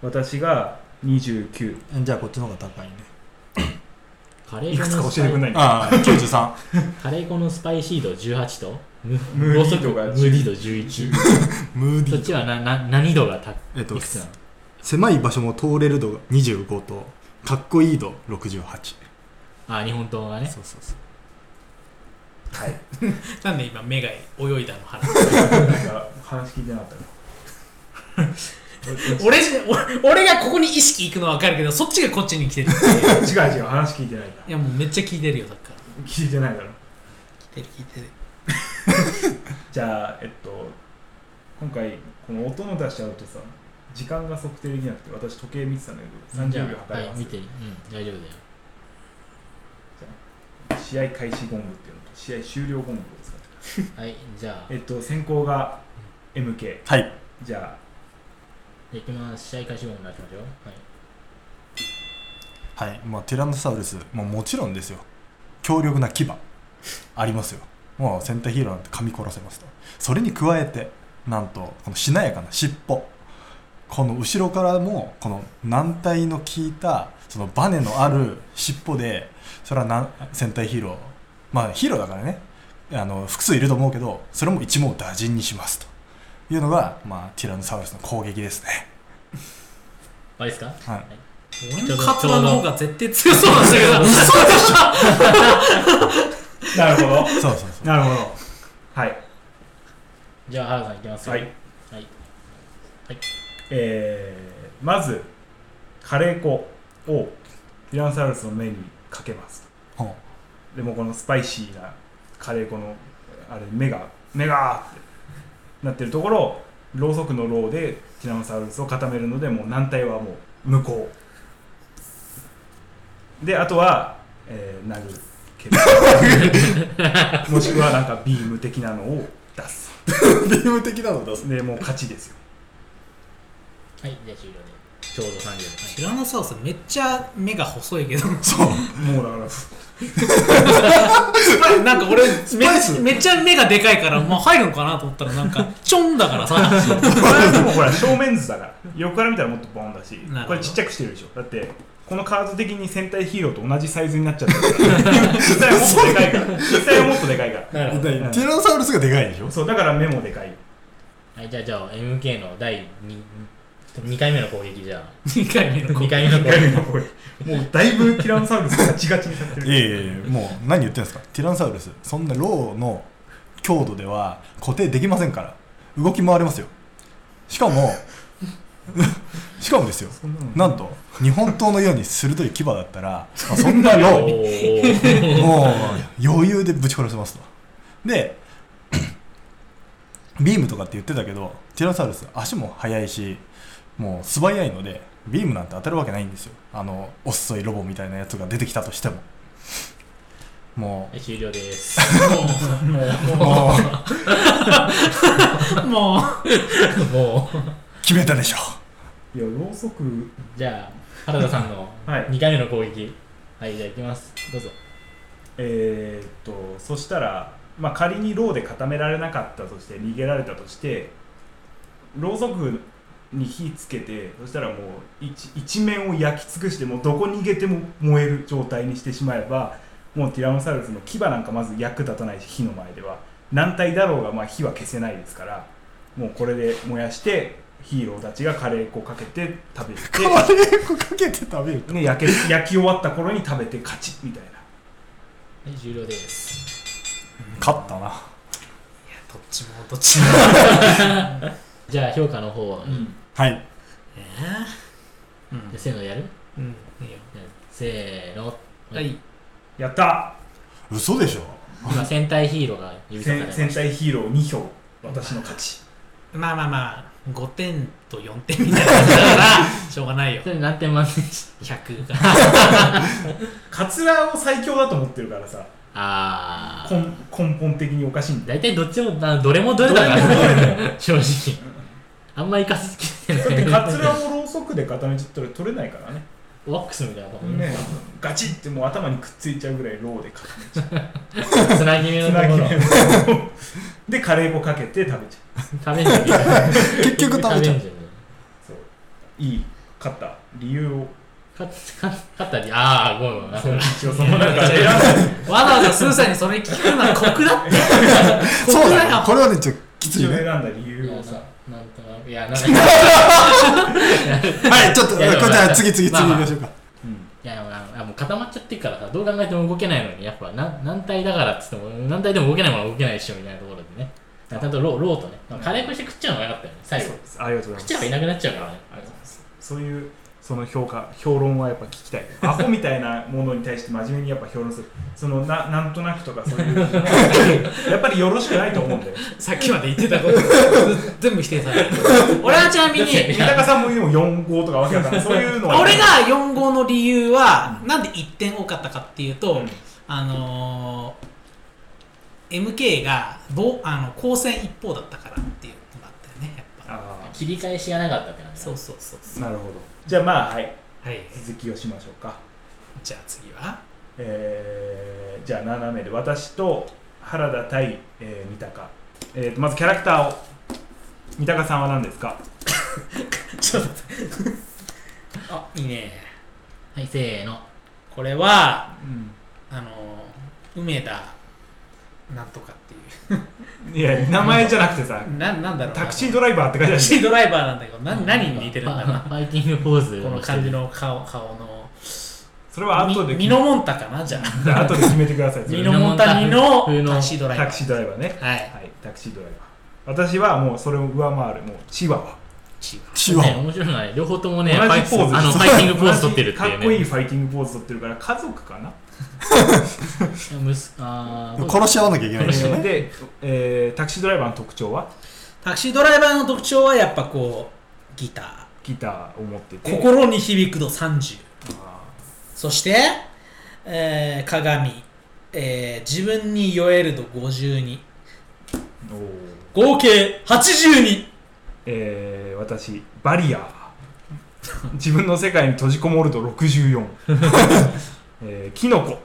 私が29
じゃあこっちの方が高いね
カレ
い
ー
く
粉
つか
の
教
ス
え
パ
て
イ
くんない
ああ93
カレー粉のスパイシード18と
ムーディード
度
が
ムーディード11
ムーデ
そ
ィ
っ
ー
ちはなな何度がたい
えっと
くつなの
狭い場所も通れる度が25とかっこいい度68
あ日本刀がね
そうそうそう
なんで今目が泳いだの話
なんか話聞いてなかったな俺
俺じ俺俺がここに意識いくのは分かるけどそっちがこっちに来てる
違う違う話聞いてないから
いやもうめっちゃ聞いてるよだから
聞いてないから
聞いてる聞いてる
じゃあえっと今回この音の出しちゃうとさ時間が測定できなくて私時計見てたんだけど
じゃ
30秒
あ
測
は
り
い
ます、
見てうん大丈夫だよ
試合開始ゴングっていうのと試合終了ゴングを使って
はいじゃあ
えっと先行が MK
はい
じゃ
いきます試合開始後になってましょうはい
はいまあティラノサウルスもうもちろんですよ強力な牙ありますよもう戦隊ヒーローなんて噛み殺せますとそれに加えてなんとこのしなやかな尻尾この後ろからもこの軟体の効いたそのバネのある尻尾でそれはなん戦隊ヒーローまあヒーローだからねあの複数いると思うけどそれも一網打尽にしますというのが、まあ、ティラノサウルスの攻撃ですね、
あれですか
はい、
俺のカツラの方が絶対強そうなんだけど
あなるほど
そうそうそう
なるほどはい
じゃあ原田さんいきますよ
はい
はい
えー、まずカレー粉をティラノサウルスの目にかけます
ほう
でもこのスパイシーなカレー粉のあれ目が目がってなってるところをろうそくのろうでティラノサウルスを固めるのでもう軟体はもう無効であとは、えー、殴る蹴るもしくはなんかビーム的なのを出す
*laughs* ビーム的なの出す
でもう勝ちですよ
はい、じゃあ終了で。ちょうど30秒。
ティラノサウルスめっちゃ目が細いけど
そう
もうだから *laughs*
*laughs* なんか俺
ス
め
パイス
めっちゃ目がでかい *laughs* からもう入るのかなと思ったらなんかちょんだから *laughs* さ
これはでもほら正面図だから横から見たらもっとボンだし
なるほど
これちっちゃくしてるでしょだってこのカード的に戦隊ヒーローと同じサイズになっちゃってるから実際はもっとでかいから実際はもっとでかいから
なる
*laughs* だ
ほ
か
ど。
らティラノサウルスがでかいでしょ
そうだから目もでかい
はい、じゃあ、じゃあ、MK の第 2, 2回目の攻撃じゃ *laughs* あ。
2回目の
2
攻撃
回目の攻撃。
もうだいぶティラノサウルスガチガチにされて
いやい
る
やいやもう何言ってんですかティラノサウルスそんなローの強度では固定できませんから動き回れますよしかも *laughs* しかもですよ
そんなの
なんと日本刀のように鋭い牙だったら、まあそんなロ
お
ー
ー
もう余裕でぶち殺せますとで *clears throat* ビームとかって言ってたけどティラノサウルス足も速いしもう素早いのでビームなんて当たるわけないんですよあの遅いロボみたいなやつが出てきたとしてもも
はい終了です。
も
うもう
うもう
もう。
決めたでしょ
いやろうそく
じゃあ、原田さんの
はい
2回目の攻撃。はい、じゃあ、いきます。どうぞ。
えーっとそしたら、まあ、仮にローで固められなかったとして逃げられたとしてろうそくに火つけてそしたらもう一一面を焼き尽くしてもうどこ逃げても燃える状態にしてしまえばもうティラノサウルスの牙なんかまず役立たないし火の前では軟体だろうがまあ火は消せないですからもうこれで燃やしてヒーローたちがカレー粉かけて食べて
カレー粉かけて食べる
ね、焼け焼き終わった頃に食べて勝ちみたいな。
はい、終了です。
勝った
ど
な
っちもどっちも
じゃあ、評価の方は、
はい
ええうん
せーのやる
うんいいよ
せーの。
はい
やった
嘘でしょ
今、戦隊ヒーローが指さされ
戦
ま
戦
した。
隊ヒーロー2票私の勝ち
まあまあまあ5点と4点みたいな感じだからしょうがない *laughs* よ
それ何点満点でし
100が
カツラを最強だと思ってるからさ
*laughs* あ
根
ー。
根本的におかしいん
*laughs*
だよ
大体どっちも、などれもどれだからね、正直。あんま生かす気
だっ
ない
てカツラをろうそくで固めちゃったら取れないからね
ワックスみたいな感
ねガチってもう頭にくっついちゃうぐらいローで固めちゃ
じ。つなぎ目の
うつ
と
なぎ
こ
目
*laughs* ろ。
をでカレー粉かけて食べちゃう
食べんじゃん。
結局食べちゃ
食
う
べんじ
そういい勝った理由を
ゃん。勝つ勝勝ったり、あー、ごめんごめんな
そ。う一応その中で選んだ
わざわざスーさんにそれ聞くのは酷だって酷
そう
だ
だよ
よ
これはねちょっときつ
一
い
応選ん
ね
だ理
い
由
や
をさ、
ななんとなく、いや、なんか、い
はいちょっとこ
い
れ
や
じゃあ次次次
まあ
行
まあ
きましょうか
うん
や、でもあのあもう固まっちゃってるからさ、どう考えても動けないのに、やっぱ、なん軟体だからっつっても、軟体でも動けないものは動けないでしょ、みたいなところでね。ちゃんとローローとね、カレー粉して食っちゃうのが良かったよね、最後。食
ありがとうございま
っ
す
ちゃえばいなくなっちゃうからね。
そういうその評価評論はやっぱ聞きたいアホみたいなものに対して真面目にやっぱ評論するそのななんとなくとかそういうやっぱりよろしくないと思うんだよ
*laughs* さっきまで言ってたこと *laughs* 全部否定される俺はちなみに
だって
三鷹さんもでも4号とかわけわかんないそういうのは
*laughs* 俺が4号の理由は、なんで1点多かったかっていうと、
うん
あのー MK がぼあの光線一方だったからっていうのがあったよねやっぱ
あ
切り返しがなかったって感じ。
そうそうそう
あ
そう
なるほどじゃあまあはい
はい
続きをしましょうか
じゃあ次は
えーじゃあ斜めで私と原田対、えー三鷹、えーとまずキャラクターを三鷹さんは何ですか
*laughs* ちょっと待ってあいいね
はい、せーの。
これは
うん
あのー梅田なんとかっていう
いや名前じゃなくてさ
ななんだろうな
タクシードライバーって書いてある
タク
し
シードライバーなんだけどな何に似てるんだろう *laughs*
ファイティングポーズ
なこの感じの顔顔の
それは後で
み
決め
ミノモンタかなじゃあ
じゃあ *laughs* 後で決めてくださいそれ
ミノモンタミのタクシードライバ
タ
ー
クシードライバーね
はい
はいタクシードライバー私はもうそれを上回るもうチワワ
チー
チワワ
ね、面白いのはね、両方ともね、
同じ
ファイ
ポーズ
あのファイティングポーズ取ってるっていうね。
かっこいいファイティングポーズ取ってるから家族かな
むすあー
殺し合わなきゃいけないんですよね
で、えータクシードライバーの特徴は
タクシードライバーの特徴はやっぱこうギタ
ギターを持って
ー
て
心に響く度30
あ
そして、えー鏡、えー自分に酔える度52
ーおー
合計82
えー私バリアー自分の世界に閉じこもると64、えー、キノコえー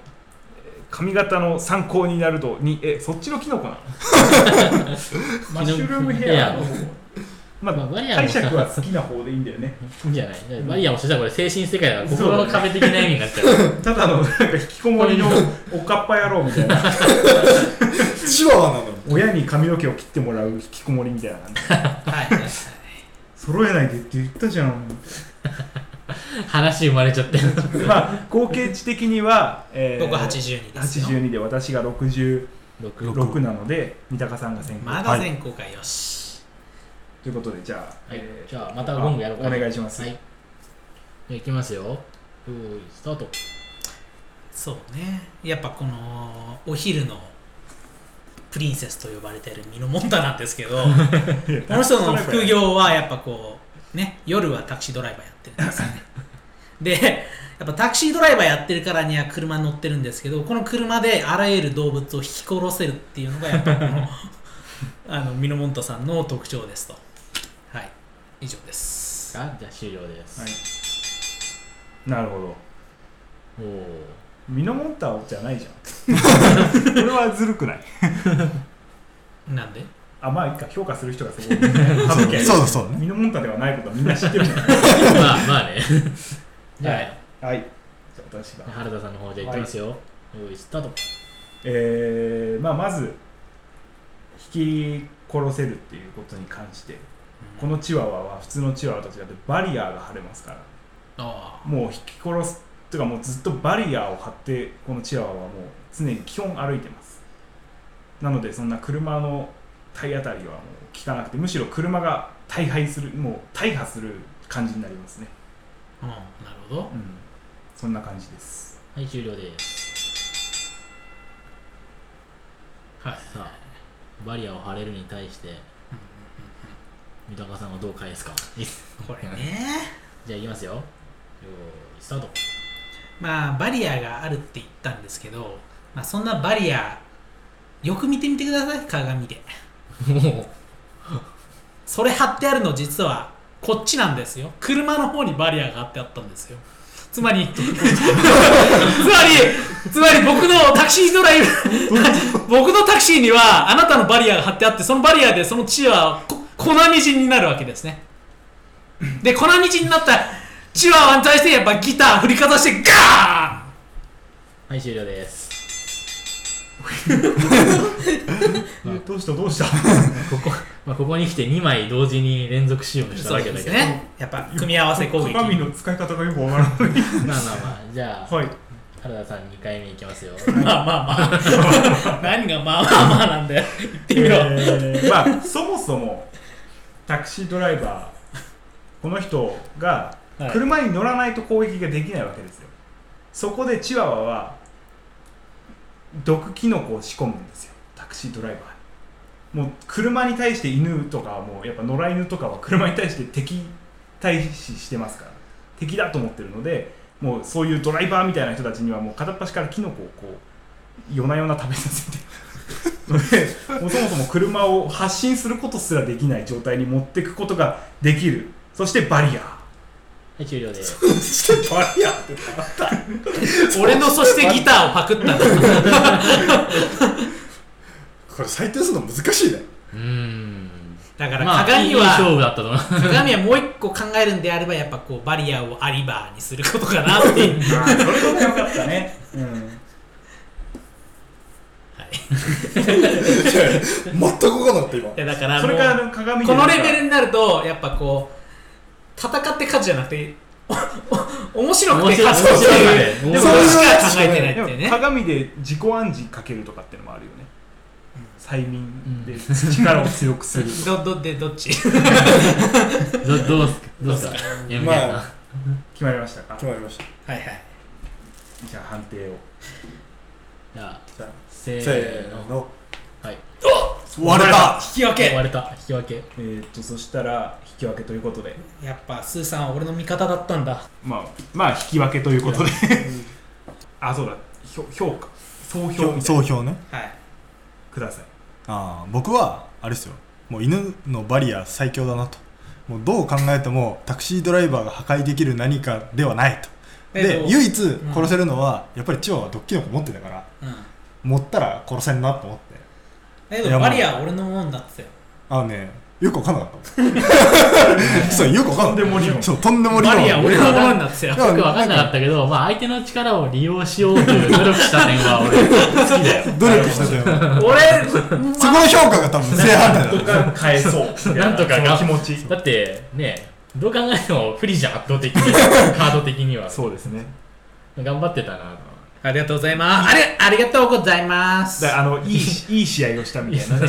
髪型の参考になるとにえそっちのキノコなのマッシュルームヘアの方ま
まあバリ
あ
アーも
解釈は好きな方でいいんだよね
いいんじゃないバリアもそしたらこれ精神世界だから心の壁的な意味になっちゃう
ただのなんか引きこもりのおかっぱ野郎みたい
*laughs*
な
チワワなのに
親に髪の毛を切ってもらう引きこもりみたいな感じ
はい、
揃えないでって言ったじゃ
*laughs*
ん
話生まれちゃって
でまあ合計値的には、えー
僕82ですよ
82で私が66
6
なので三鷹さんが先行
まだ全公開よし、
ということでじゃあ、
はい
えー
じゃあまたゴングやろうか
お願いします、
はいじゃあいきますよよーいスタート
そうねやっぱこのお昼のプリンセスと呼ばれてるミノモンタなんですけど
*laughs*
この人の副業はやっぱこうね夜はタクシードライバーやってるんです
*laughs*
よねでやっぱタクシードライバーやってるからには車に乗ってるんですけどこの車であらゆる動物を引き殺せるっていうのがやっぱこ
*laughs*
のあのミノモンタさんの特徴ですとはい以上です
あじゃあ終了です、
はいなるほど
おー
ミノモンタじゃ
*laughs*
ないじゃんこれはずるくない
なんで
あまあいいか評価する人がすごい省け
そうそうそうね
ミノモンタではないことはみんな知ってるから
まあまあねじゃあ、
はいじゃあ私が
原田さんの方じゃあいきますよ、よーいスタート
えーまあ、まず引き殺せるっていうことに関してこのチワワは普通のチワワと違ってバリアーが張れますから
あ
もう引き殺すというかもうずっとバリアーを張ってこのチワワはもう常に基本歩いてますなのでそんな車の体当たりはもう効かなくてむしろ車が大敗するもう大破する感じになりますね
あうんなるほど
うんそんな感じです
はい終了です
はい
さあバリアを張れるに対して三鷹さんはどう返すか
これね
じゃあいきますよよーいスタート
まあバリアがあるって言ったんですけど、まあ、そんなバリアよく見てみてください鏡で
も
それ貼ってあるの実はこっちなんですよ車の方にバリアが貼ってあったんですよつまりつまりつまり僕のタクシードライブ僕のタクシーにはあなたのバリアが貼ってあってそのバリアでその地はこ粉みじんになるわけですねで粉みじんになったチワワに対してやっぱギター振りかざしてガーン
うはい終了です
え *laughs* どうしたどうした
こ *laughs* こ,、まあ、ここに来て2枚同時に連続使用した
そ
わ
う
け
で
だ
す
けど、
ね。やっぱ組み合わせ攻
*laughs*
撃。
鏡の使い方がよくわからない
まあまあまあじゃあ
はい
原田さん2回目いきますよ
まあまあまあ。何がまあまあまあなんだよ。言ってみろ。
えーまあそもそもタクシードライバーこの人が
はい
車に乗らないと攻撃ができないわけですよそこでチワワは毒キノコを仕込むんですよタクシードライバーにもう車に対して犬とかはもうやっぱ野良犬とかは車に対して敵対視してますから敵だと思ってるのでもうそういうドライバーみたいな人たちにはもう片っ端からキノコをこう夜な夜な食べさせてのでもうそもそも車を発進することすらできない状態に持っていくことができるそしてバリアー
はい終了です
してバリアーって
俺のそしてギターをパク
*laughs*
ったんだ。
これ採点するの難しいね
うーん
だから
まあい
鏡
い勝
は、
負だったと思う
鏡はもう一個考えるんであれば、やっぱこうバリアをアリバーにすることかなって
*laughs*
いう。
*laughs* あそれが良かったね、うん、
全く動かなかった今
いやだから
それから
も
あの鏡
う、
で
こ
なん
の
か
レベルになると、やっぱこう、戦って勝つじゃなくて、おお面白く
面
て
白い
勝つっていう。
面
でも
白
そ
い
れ
面
し
白い
か考えてないって
で
い
も
うね。
鏡で自己暗示かけるとかってのもあるよね催眠で力 *laughs* を強くする
ど、ど、で、どっち
どどうすかどうすかいやみたいな、
まあ
決まりましたか
決まりました
はいはい。
じゃあ判定を
じゃあ
じゃあ
せ
せ
ー
ー
の
の
はい
割れた
引き分け
割れた引き分け
えーっとそしたら引き分けということで
やっぱスーさんは俺の味方だったんだ
まあまあ引き分けということであそうだひょ評価総評みたいな
総評ね
はい
ください
ああ僕はあれですよもう犬のバリア最強だなともうどう考えてもタクシードライバーが破壊できる何かではないと
え
で
どう
唯一殺せるのは、やっぱりチワワはドッキリの子持ってたから
うん
持ったら殺せんなと思って
えで
いや
も
まあ
バリアは俺のもんだってよ
あのねよくわかんなかったそうよくわかんなか
とん
った
でも理論
そうとんでも理論
バリアは俺のもんだってよ
いや
よく分かんなかったけど、まあ、相手の力を利用しようという努力した点は俺好きだよ
努力した点は
俺
そこの評価が多分正反対だ
とか変えそう
なんとかが
その気持ち
だってねどう考えても不利じゃん圧倒
*laughs*
的にカード的に
*laughs*
は
そうですね
頑張ってたな
ありがとうございますあれありがとうございます
だからあのいいしいい試合をしたみたいなね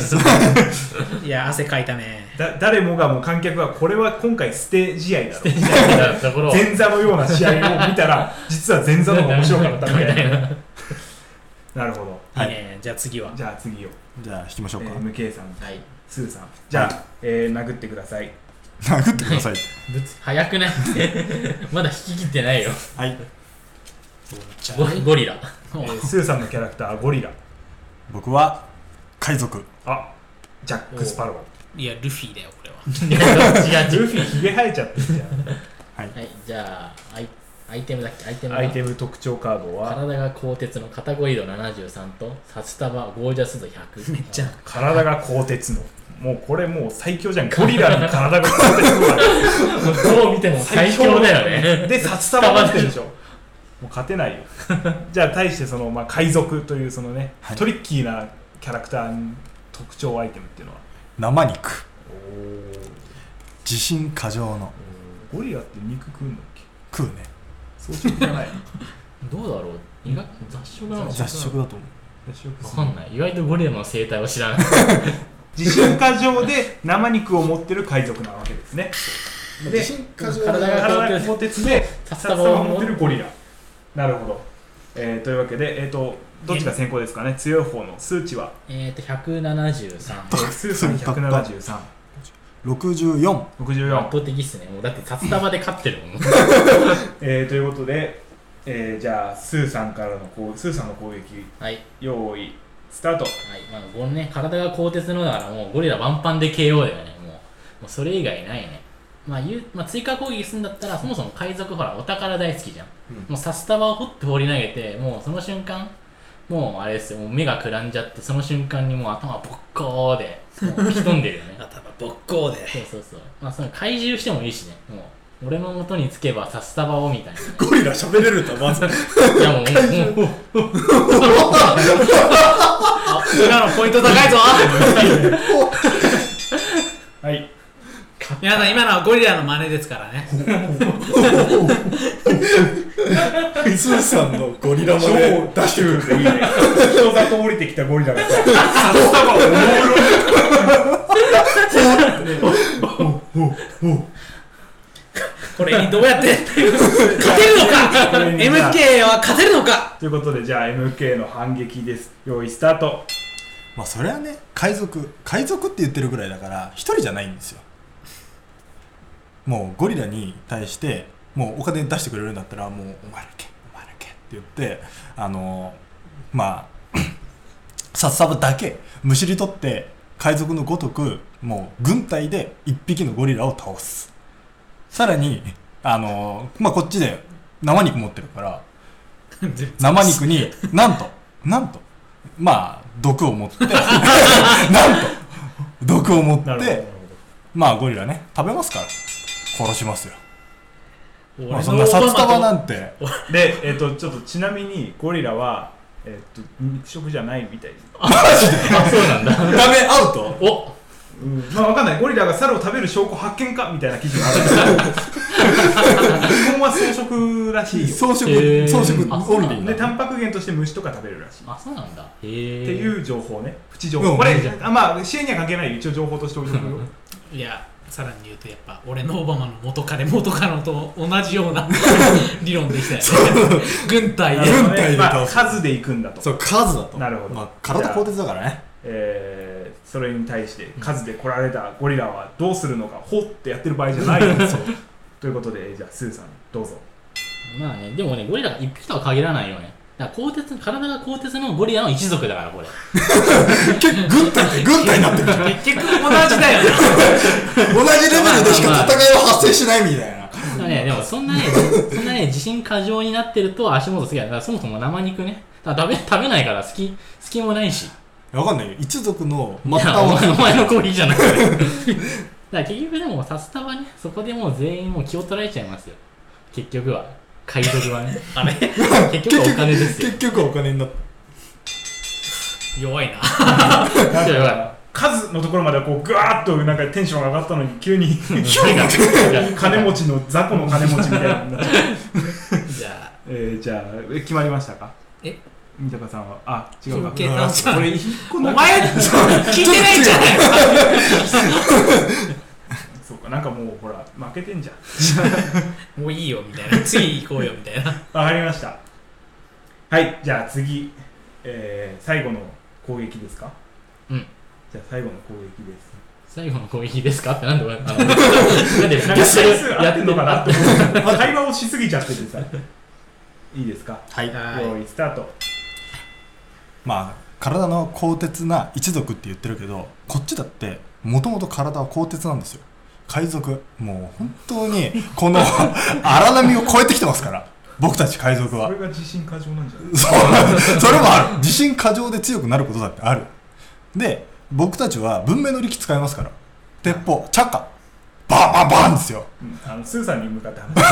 いや汗かいたね
だ誰もがもう観客はこれは今回ステージ試合だろ
みたいなところを
前座のような試合を見たら実は前座の方が面白
*laughs*
かったみたいななるほど
はい
いいねじゃあ次は
じゃあ次を、
じゃあ引きまし
え
ょうか、
ー、MK さん
はい
スーさんじゃあ、えー殴ってください
殴ってください
ぶつ
*laughs*
早くないまだ引き切ってないよ
はい
ゴゴリラ
えースーさんのキャラクターはゴリラ
僕は海賊
あジャック・スパロウ
いやルフィだよこれはい
やどっちが
ル
違う
フィひげ生えちゃってるじ
*laughs* はいじゃあアイアイテムだっけアイテ
ゃ
ム *laughs*
ん
は
アイテム特徴カードは
体が鋼鉄の肩ゴリ度73と札束ゴージャス度100
*laughs*
めっちゃ
体が鋼鉄のもうこれもう最強じゃんゴリラの体が鋼鉄のだから
どう見ても最強だよね
で札束持ってるでしょもう勝てないよ *laughs* じゃあ対してその、まあ、海賊というそのね、
はい
トリッキーなキャラクターの特徴アイテムっていうのは
生肉自信過剰の
ゴリラって肉食うんだっけ
食うね
そう食じゃない
どうだろう意外雑食なの
雑食だと思う
雑食
わ
す
か
る
んない意外とゴリラの生態を知らない
自信過剰で *laughs* 生肉を持ってる海賊なわけですねで
体が
体が
凍って
鋼鉄で
札
*laughs* 札束を持ってるゴリラなるほど、えー、というわけで、えー、とどっちが先行ですかね強い方の数値は
えっ、ー、と173
*laughs*
圧
数値は173
64
64
倒的っすねもうだって札束で勝ってるもん
えー、ということで、えー、じゃあスーさんからの攻スーさんの攻撃
はいはい
用意スタート
まあこのね体が鋼鉄のだからもうゴリラワンパンで KO だよねもうもうそれ以外ないねまあ、言うまあ、追加攻撃するんだったらそもそも海賊ほらお宝大好きじゃん、
うん
もう札束を掘って放り投げてもうその瞬間もうあれですよもう目がくらんじゃってその瞬間にもう頭ボッコーでもう吹き飛んでるよ
*laughs*
ね
頭ぼっこうで
そうそうそう。まあ、その怪獣してもいいしね。もう、俺の元につけば札束をみたいな。
ゴリラ喋れるんだまず
いやもう、もう、もう、
今のポイント高いぞ
はい
*laughs* 皆さん今のはゴリラの真似ですからね
*laughs* スーさんのゴリラ
超
まで
出してくるんでいいね人里降りてきたゴリラがさ札束をおも
これにどうやって勝てるの *laughs* か
ろい
MK は勝てるの *laughs* か
ということでじゃあ MK の反撃です用意スタート
まあそれはね海賊海賊って言ってるぐらいだから一人じゃないんですよもうゴリラに対してもうお金出してくれるんだったらもうお前ら行けお前ら行けって言ってあのまあ *coughs* 札束だけむしり取って海賊のごとくもう軍隊で一匹のゴリラを倒すさらにあのまあこっちで生肉持ってるから生肉になんとなんとまあ毒を持ってなんと毒を持っ
なるほどなる
てまあゴリラね食べますから殺しますよ、
俺
まあ、
の
そんな札束
オバマと
なんて
ほどでえっ、とちょっとちなみにゴリラはえっ、と肉食じゃないみたいです
あ、そうなんだ。
ダメアウト
お
うんまあわかんないゴリラが猿を食べる証拠発見かみたいな記事があるん *laughs* ですけど基本は草食らしいよ
装飾
へー
装飾
あそう
オン
な
リ
ん
ー
だ
でタンパク源として虫とか食べるらしい
*laughs* あ、そうなんだ。へ
って
え。
いう情報ね、プチ情
う
報。
ん
こ
い
れ
いじゃ、
あまあ、支援には関係ないよ、一応情報として置いておくよ。
いやさらに言うとやっぱ俺のオバマの元彼元カノと同じよう
*laughs*
な理論できたよね軍隊
な
で
るほど
軍隊
ね
で
まあ
倒す
数でいくんだと
そう数だと
なるほど
まあ、体鋼鉄だからね
えーそれに対して数で来られたゴリラはどうするのかほってやってる場合じゃないよということでえーじゃあスーさんどうぞ
まあね、でもね、ゴリラが一匹とは限らないよね。だから、鋼鉄、体が鋼鉄のゴリラの一族だから、これ。
結構軍隊って軍隊にな
*laughs*
ってる
結局同じだよね
同じレベルでしか戦いは発生しないみたいな
だからね、でもそんなね、 *laughs* そんなね、自信過剰になってると足元好きだだから、そもそも生肉ね。だから食べ、食べないから好き、好きもないし。
わかんないよ一族の末
ま
端
た *laughs* お前
は
お前のコーヒーじゃなくて。 *laughs* だから結局でも、サスタはね、そこでもう全員もう気を取られちゃいますよ。結局は。海賊はね。あれ *laughs* 結局はお金ですよ。
結局はお金になっ
弱いな
だから
数のところまではこうぐわーっとなんかテンションが上がったのに急に金持ちの雑魚の金持ちみたいになっちゃ *laughs* う、
じゃあ
えーじゃあえ決まりましたか
え
三鷹さんはあ違うか
金慶さんじゃん
俺一個
お
だ
前
け
聞いてないじゃないか
そうかなんかもうほら負けてんじゃん
もういいよみたいな次行こうよみたいな
わかりましたはいじゃあ次、えー最後の攻撃ですか
うん
じゃあ最後の攻撃です
最後の攻撃ですかってなんで俺、あの、なんで
なんか回数合ってんのかなって思って *laughs*
てる
会話をしすぎちゃっててさいいですか
はい
用意スタート
まあ体の鋼鉄な一族って言ってるけどこっちだってもともと体は鋼鉄なんですよ海賊もう本当にこの *laughs* 荒波を越えてきてますから僕たち海賊
こ
は
れが自信過剰なんじゃない
そうそれもある自信過剰で強くなることだってあるで僕たちは文明の力使いますから鉄砲チャカバンバンバンですよ
うんあのスーさんに向かって話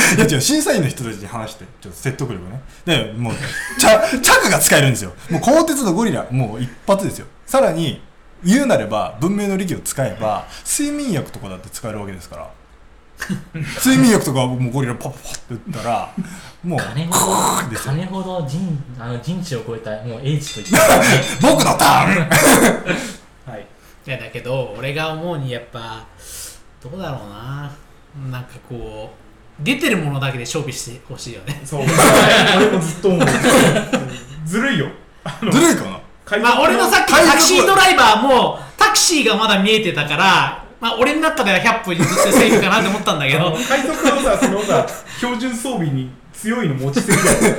して
いや違う審査員の人たちに話してちょっと説得力ねでもうチャチャクが使えるんですよもう鋼鉄のゴリラもう一発ですよさらに言うなれば文明の利器を使えば睡眠薬とかだって使えるわけですから睡眠薬とかもうゴリラパッパッパッって打ったらもう
金ほど、金ほど人、あの人知を超えた、もう英知と言って、
僕のターン
はい
いやだけど俺が思うにやっぱどうだろうななんかこう出てるものだけで勝負してほしいよね
そう俺もずっと思うずるいよ
ずるいかな
海
まあ俺のさっきの
海賊
タクシードライバーもタクシーがまだ見えてたからまあ俺の中では100歩譲ってセーフかなと思ったんだけ
あの
*laughs* ど
海賊のさそのさ標準装備に強いの持ちすぎだよ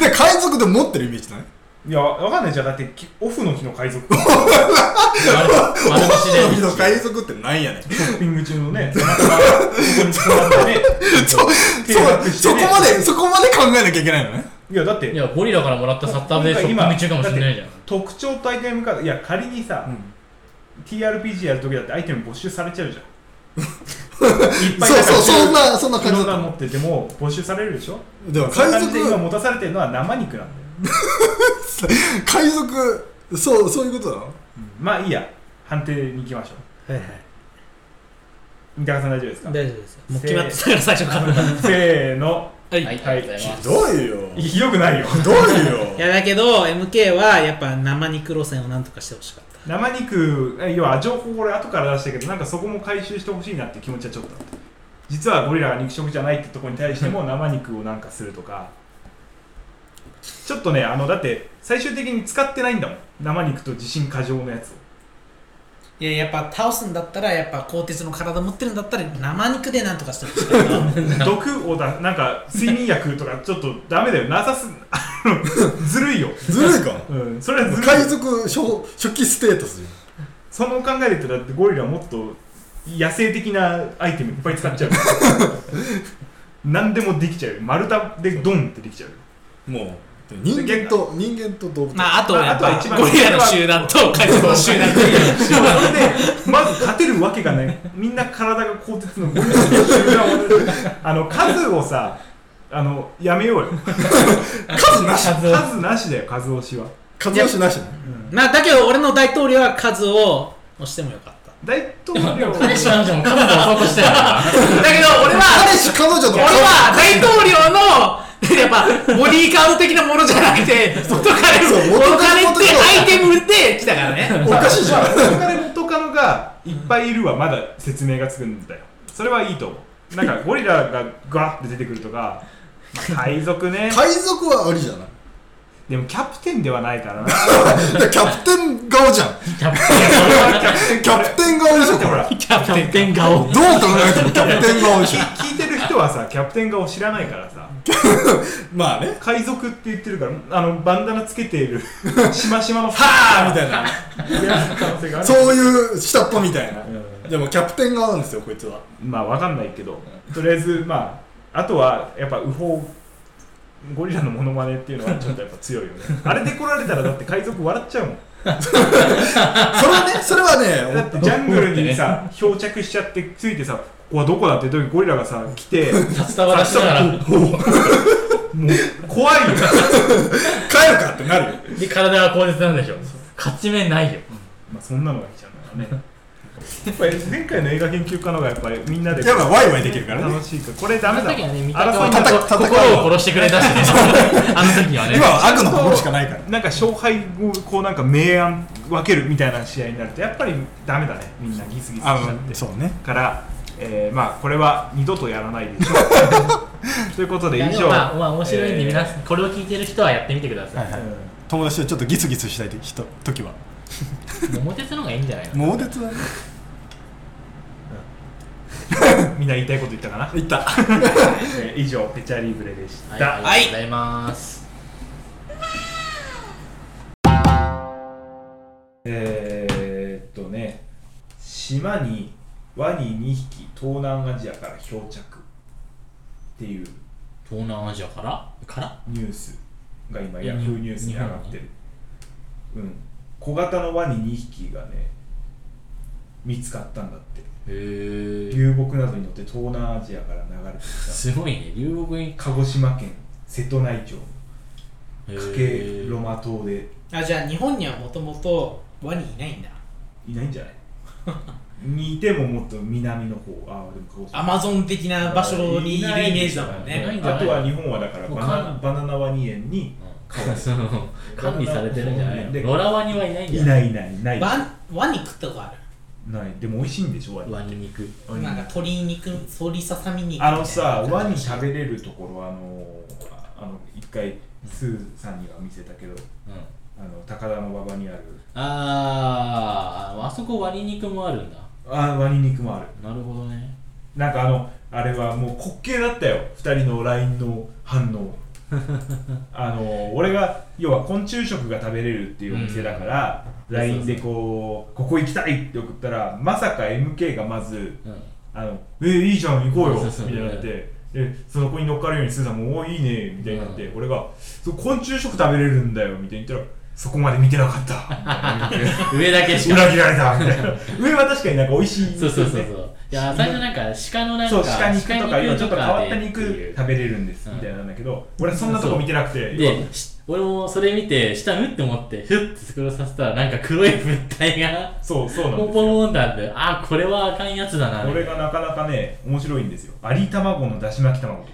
で海賊でも持ってるイメージだね
いやわかんないじゃんだってきオフの日の海賊シ
丸丸腰で。
の海賊ってなんやねん
ョッピング中のねお腹がここに座ってね
*laughs* そそ
停泊して
そこ
ね
までそこまで考えなきゃいけないのね
いやだって
いや、ゴリラからもらったサッターでショッピング中かもしれないじゃん。
特徴とアイテムかいや仮にさ、
うん
TRPG やるときだってアイテム没収されちゃう
*laughs*
じゃんいっぱい
そう
だから
そうそんなそんな感
いろ
じ
ん
だ
な
っ
持ってても没収されるでしょ
たでも
そん
海
な感じで
賊
今持たされてるのは生肉なんだよ、
海賊そうそういうことなの
うんまあいいや判定に行きましょう
はいはい
三鷹さん大丈夫ですか
大丈夫ですもう決まってたから最初から
せーの
はい
はい、
は
あ
い
りがとうございます。
どういうよ
ひどくないよ
どういう
いやだけど MK はやっぱ生肉路線をなんとかしてほしかった
生肉え要は情報俺後から出したけどなんかそこも回収してほしいなって気持ちはちょっとあった実はゴリラが肉食じゃないってとこに対しても生肉をなんかするとかちょっとねあのだって最終的に使ってないんだもん生肉と自信過剰のやつを
いややっぱ倒すんだったらやっぱ鋼鉄の体持ってるんだったら生肉でなんとかしてほしか *laughs* った
毒をだなんか睡眠薬とかちょっとダメだよなさす *laughs* あのずるいよ、
ずるいか
うん、それはずるい
海賊初初期ステータスじ
その考えで言ったらだってゴリラもっと野生的なアイテムいっぱい使っちゃう何でもできちゃうよ丸太でドンってできちゃうよ
ゃんもう人間と人間と動物
まあ、あとはやっ
まああとは一
ぱ
番
ゴリラの集団 *laughs* と海賊の集団という
それでまず勝てるわけがないみんな体が鋼鉄のゴリラの集団をあの数をさあのやめようよ
数なし
数
数なしだよ数押しは、
数押しなしね
うん、
まあだけど俺の大統領は数を押してもよかった
大統領
*laughs* 彼氏なんじゃもう彼女をそうとしてるから。
だけど俺は
彼氏彼女の
俺は大統領のやっぱボディーカード的なものじゃなくて元カレ
そう元
元
カ
カ
レ
レってアイテムで来たからね
おかしいじゃん
まあ元カレ元カノがいっぱいいるはまだ説明がつくんだよそれはいいと思うなんかゴリラがガッて出てくるとか、まあ海賊
*laughs*
ね
海賊はありじゃない
でもキャプテンではないからな
だからキャプテン顔じゃん
キャプ
*laughs* キャプテン顔でしょこれ
ほ
ど
ら
テン、キャプテン顔
う。考えてもキャプテン顔でしょ
聞いてる人はさキャプテン顔知らないからさ
まあね
海賊って言ってるからあのバンダナつけているしましまの
はあ
は
みたいな
ーみたいな可能性がある
そういう下っ端みたいな
う
でもキャプテン顔なんですよこいつは
んまあわかんないけどとりあえずまああとはやっぱウホゴリラのモノマネっていうのはちょっとやっぱ強いよ
*laughs*
ねあれで来られたらだって海賊笑っちゃうもん
それはねそれは
だ
ね
ってジャングルにさ漂着しちゃってついてさここはどこだって時にゴリラがさ来て
札束出しながら、
もう怖いよ
帰るかってなるよ
で、体がこうなんでしょ。勝ち目ないよ。
まあそんなのがいいじゃんだからね。やっぱり前回の映画研究家の方がやっぱりみんなで
やっぱワイワイできるからね
楽しいからこれダメだ
あの時はね、見た
争い
た
だ
た
顔
戦う
心を殺してくれたしね。あの時はね。
今は悪の心しかないから
なんか勝敗をこうなんか明暗分けるみたいな試合になるとやっぱりダメだねみんなギスギスしちゃ
あ
って
のそうね
から、えーまあこれは二度とやらないでしょう
*laughs*
ということで
いや
以
で
上
もまあ、まあ、面白いんで、
えー
皆さん、これを聞いてる人はやってみてくださ
はい
い。
はい
うん
友達とちょっとギスギスしたい時時は
桃鉄の方がいいんじゃないの
猛烈だね
みんな言いたいこと言ったかな、
いった
えー以上ペチャリーブレでした、 *laughs*
はい、ありがとうございます。
えー、っとね島にワニ2匹東南アジアから漂着っていう
東南アジアからから
ニュースが今
いや
ヤフーニュースに上がってるうん小型のワニ2匹がね見つかったんだって
へー。
流木などに乗って東南アジアから流れてき
すごいね、流木に
た鹿児島県瀬戸内町加
へ
計
ー
ロマ島で
あじゃあ日本にはもともとワニいないんだ
いないん
*laughs*
じゃないにいてももっと南の方ああでも鹿児島
アマゾン的な場所にいるイメージだもん
いない
ね
んじゃないあとは日本はだから
もう
バ
か
ナバナナワニ園に
うんそう管理されてるんじゃない
で
の野良ワニはいない
い
んじゃない
ないいないいない
ワワニ食ったことある
ないでも美味しいんでしょワニ
ワニ肉
ワニ
なんか鶏肉鶏ささみ肉みたい
あ
な
のさワニ食べれるところあのああの一回スーさんには見せたけど
うん
あの高田の馬場にある
あーあそこワニ肉もあるんだ
あワニ肉もある
なるほどね
なんかあのあれはもう滑稽だったよ2人の LINE の反応
*laughs*
あの俺が要は昆虫食が食べれるっていうお店だから、
うん
LINE でこうここ行きたいって送ったらまさか MK がまず
うん
あの「えー、いいじゃん行こうよ」
そ
み
うそ
た
う
いになってでその子に乗っかるようにスーさんも「おーいいね」みたいになって、俺がそう「昆虫食食べれるんだよ」みたいに言ったら「そこまで見てなかった」みたいな
上だけしか
裏切られたみたいな上は確かになんか美味しいんです
そう
よ
そうそうそういや最初なんか鹿のなんか
そう鹿肉とかいうちょっと変わった
で
肉食べれるんですみたいなんだけど、俺はそんなとこ見てなくて
でし俺もそれ見て下うんって思ってふってスクロールさせたらなんか黒い物体が
そうそうなん
ポン
です
ポン
よ
ポンなんであーこれはあかんやつだな
これがなかなかね面白いんですよアリ卵のだし巻き卵とか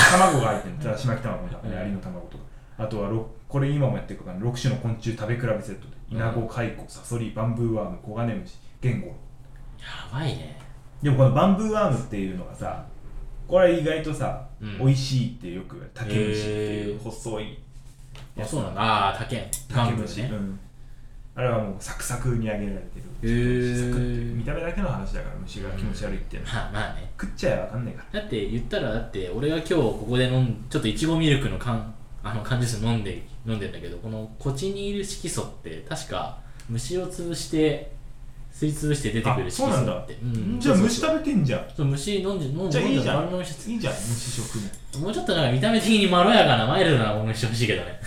さ卵が入ってるだし巻き卵の中に
うん
アリの卵とかあとはろこれ今もやってるから6種の昆虫食べ比べセットでイナゴカイコサソリバンブーワームコガネムシゲンゴロ
やばいね
でもこのバンブーワームっていうのがさこれ意外とさ、
うん
美味しいってよく竹虫ってい
へ
う
ー
細い
あそうなんだああー竹
竹
ン
虫、
ね
うん、あれはもうサクサクに揚げられてる、
へー
サクって見た目だけの話だから虫が気持ち悪いっていうのは、
まあまあね
食っちゃえばわかんないから
だって言ったらだって俺が今日ここで飲んちょっといちごミルクの缶あの缶ジュース飲んで飲んでんだけどこのこっちにいる色素って確か虫を潰してすり潰して出てくる
あ
色
そう
素
なんだ
って
じゃあ虫
だ
食べてんじゃん
虫飲んで飲ん
じ
で
ゃあい
飲ん
い
で
じゃん
丸飲みし
いいじゃん虫食も
てもうちょっとなんか見た目的にまろやかなマイルドなものにしてほしいけど
*laughs*
ね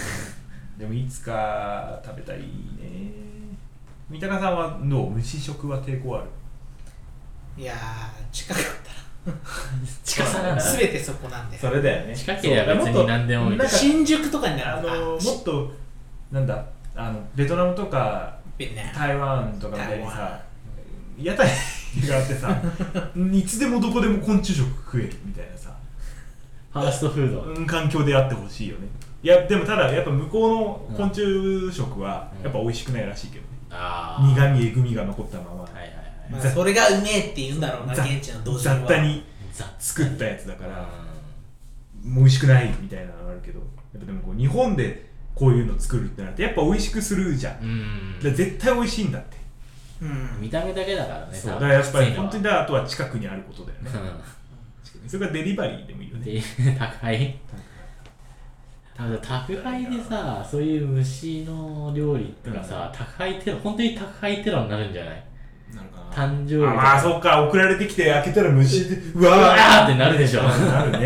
でもいつか食べたいね三鷹さんはどう虫食は抵抗ある
いやー近かった
近さなん
ら
だ
全てそこなんで
それだよね
近ければ別に何でもいい
なんか
新宿とかにな
あ
るのか
の
し
もっとなんだあのベトナムとか
べんね
台湾とかみたいにさ屋台があってさ *laughs* いつでもどこでも昆虫食食えるみたいなさ
ファーストフード、
うん環境であってほしいよねいやでもただやっぱ向こうの昆虫食は
うん
やっぱ美味しくないらしいけどね、
あー
苦味えぐみが残ったまま
はいはいはい
まあ
ざ
それがうめえって言うんだろうな
ざ
現地の同人
雑
は
多に
ざっ
作ったやつだか
う
ら
ん
もう美味しくないみたいなのがあるけどやっぱでもこう日本でこういうの作るってなるとやっぱ美味しくするじゃんだか
うん
ら絶対美味しいんだって
うん
見た目だけだからね
そうだか
多分
らやっぱり
きついの
本
は
当にだからあとは近くにあることだよね
うん
それがデリバリーでもいいよね
で宅配ただ宅配でさそういう虫の料理とかさ、宅配テロ本当に宅配テロになるんじゃない
なるかな
誕生日
あまあそっか送られてきて開けたら虫でう
うわ
わー
ーってなるでしょ
なるね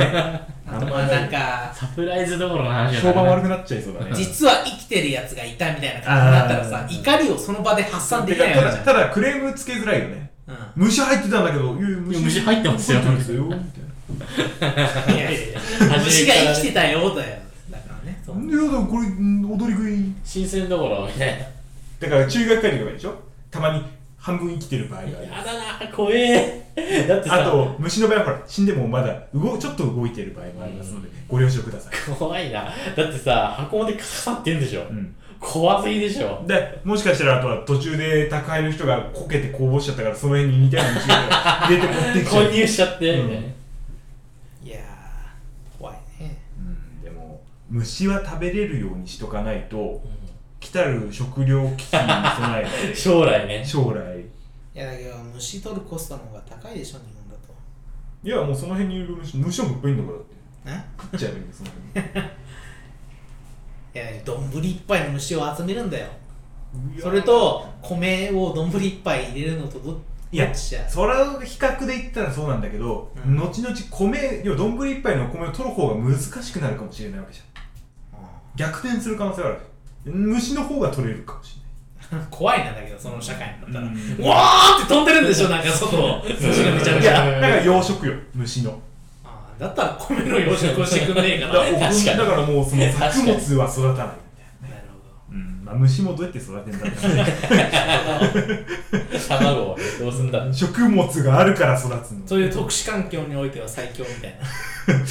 あとまあなんか
サプライズどころの話じ
評
ゃ
判
な
悪
い
くなっちゃいそうだね
実は生きてるやつがいたみたいな感じになったら
あ
さ
ー
怒りをその場で発散できない
た
わけ
だ
じゃん
ただクレームつけづらいよね *laughs* 虫入ってたんだけどいや
いや虫入ってますよ
入ってますよみたいな
うんいやいやいや虫が生きてたよだよだからねそう
なんでやだこれん踊り食い
新鮮どころみたいな
だから中学会とかでしょたまに半分生きてる場合がある
やだな怖えだって
あ
さ
と虫の場合はほら死んでもまだ動ちょっと動いてる場合もありますのでご了承ください、
怖いなだってさ箱でカサって言うんでしょ、
うん、
怖すぎでしょ
でもしかしたらあとは途中で宅配の人がこけてこぼしちゃったからその辺に似たような虫が入れて持ってきちゃう
混入しちゃって、
うん
みたいない
やー怖いね
うんでも虫は食べれるようにしとかないと来たる食料危機に備えて
将
*laughs*
来ね
将来
いやだけど虫取るコストの方が高いでしょ日本だと
いやもうその辺にいる虫虫はもいっぱいいんだからだって
ね
食っちゃえばいいんだよその辺に
いや丼いっぱいの虫を集めるんだよ
いや
*laughs* それと米を丼いっぱい入れるのとど
い
ど
や
っちじゃ
それを比較で言ったらそうなんだけど、
うん
後々米要は丼一杯のお米を取る方が難しくなるかもしれないわけじゃん逆転する可能性があるわけ虫の方が取れるかもし
怖いなだけどその社会になっ
れ
た
ない、
ら、うわーって飛んでるんでしょなんか外を虫がめちゃめ
い
ちゃ
やだから養殖よ虫の
あーだったら米の養殖をしてくんねえか
だ
ら
から
*laughs* なる
お
確かに
だからもうその
確かに
作物は育たないみたいな
ほ
うんまあ、虫もどうやって育てんだ *laughs* ろ
卵をどうすんだ
う食物があるから育つの
どそういう特殊環境においては最強みたいな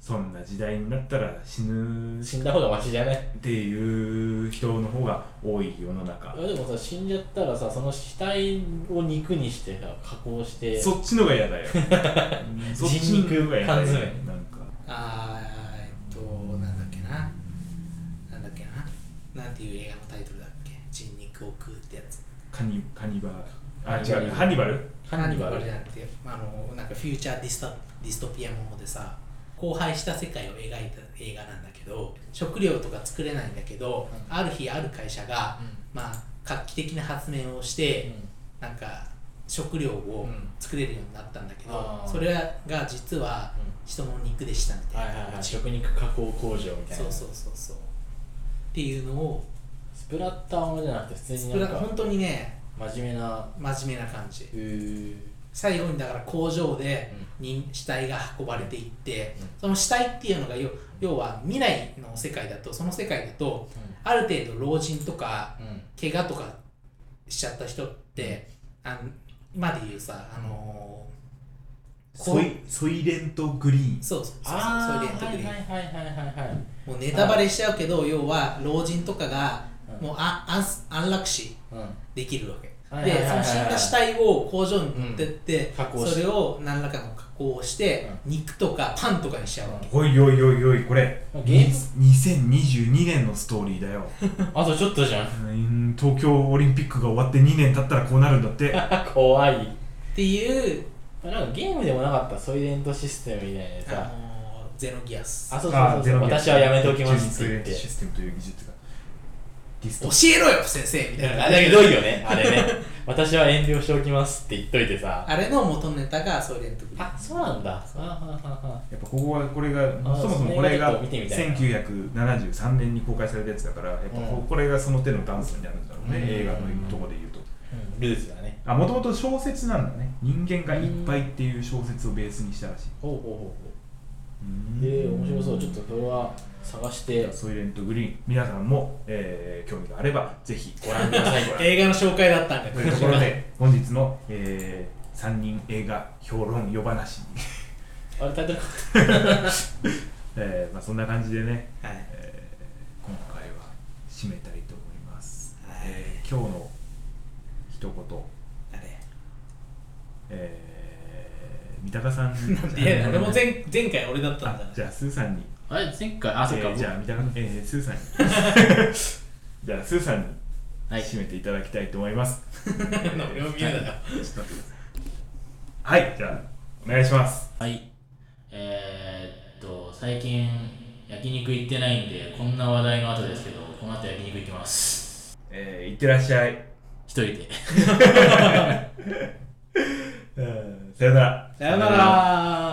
そんな時代になったら死ぬ
死んだ方がマシじゃない
っていう人の方が多い世の中
でもさ死んじゃったらさその死体を肉にしてさ加工して
そっちのが嫌だ *laughs* ようんそっちのが嫌だよ
人肉缶詰
なんか
あーえっとなんだっけななんだっけななんていう映画のタイトルだっけ人肉を食うってやつ
カニカニバあ
カニバル
違うハンニバル
ハンニバル
じゃなくてあのなんかフューチャーディストディストピアものでさ荒廃した世界を描いた映画なんだけど食料とか作れないんだけど、ある日ある会社が、まあ画期的な発明をして、なんか食料を
うん
作れるようになったんだけど、
あー
それが実は
う
人の肉でしたみた
はいい
な、
はいはい食肉加工工場みたい
そ
な
うそうそうそうっていうのを
スプラッターものじゃなくて普通
ス
に
プ
な
ラ
んか
本当にね
真面目な
真面目な感じ
へー
最後にだから工場で人死体が運ばれていって、
うん
その死体っていうのが要要は未来の世界だとその世界だとある程度老人とか
うん
怪我とかしちゃった人ってあの今で言うさあのーこ
ソ
う
イソイレントグリーン
そうそうそうそうそう
ああ
いう
は
時
い
に
はいはいはいはいはい
もうネタバレしちゃうけど要は老人とかが
うん
もうあ安安楽死
うん
できるわけ
はいはい
で
はい
その
はい
死んだ死体を工場に持ってって、
うん加工し
そ
て
れを何らかの加工をして、肉とかパンとかにしちゃうわけ、
おいおいおいおいこれ
まあゲーム
2022年のストーリーだよ
あとちょっとじゃん
うん東京オリンピックが終わって2年経ったらこうなるんだって
怖い
っていう、
なんかゲームでもなかったソイレントシステムみたいな
あのー
さ
ゼノギアス
あそう
あ
そう
ゼ
そう
ロ
そう
ゲーム
私はやめておきますって言っ
*laughs* ジェニーズソイレント
て
システムという技術がディス
教
ト
えろよ先生みたいな
あれひどいよね、あれね。私は遠慮しておきますって言っといてさ。
あれの元ネタがソイレントグリーン
あ、そうなんだ。はあはあはあは
やっぱここはこれが
あ
そもそもこれ
それがちょっ
が
と見てみたいな
1973年に公開されたやつだからやっぱこ
うん
これがその手のダンスになるんだろうね、
うん
映画のとこで言うと
うんルーズだね。
あもともと小説なんだね人間がいっぱいっていう小説をベースにしたらしい
ほうほうほ
うん
で、面白そう。ちょっとそれは探して
ソイレントグリーン皆さんも、えー興味があればぜひ
ご覧ください。
映画の紹介だったんだ
と
け
い
ど
うところで本日の、え3人映画評論夜話に、
*laughs* あれ、タイトル
えーまあ、そんな感じでね、
はい
えー今回は締めたいと思います、
はい
えー今日の一言、
あれ
えー、三鷹さんに
なんで俺も前前回俺だったんだ
あじゃあスーさんに
あれ前回あそっか、
えーじゃあ三鷹の、えー、スーさんにじゃあスーさんに
はい
締めていただきたいと思います
俺も見えない
はいじゃあお願いします
はい。えー、っと、最近、焼肉行ってないんで、こんな話題の後ですけど、この後焼肉行きます。
えー、いってらっしゃ *laughs* い
一人で。
うんさよなら
さよなら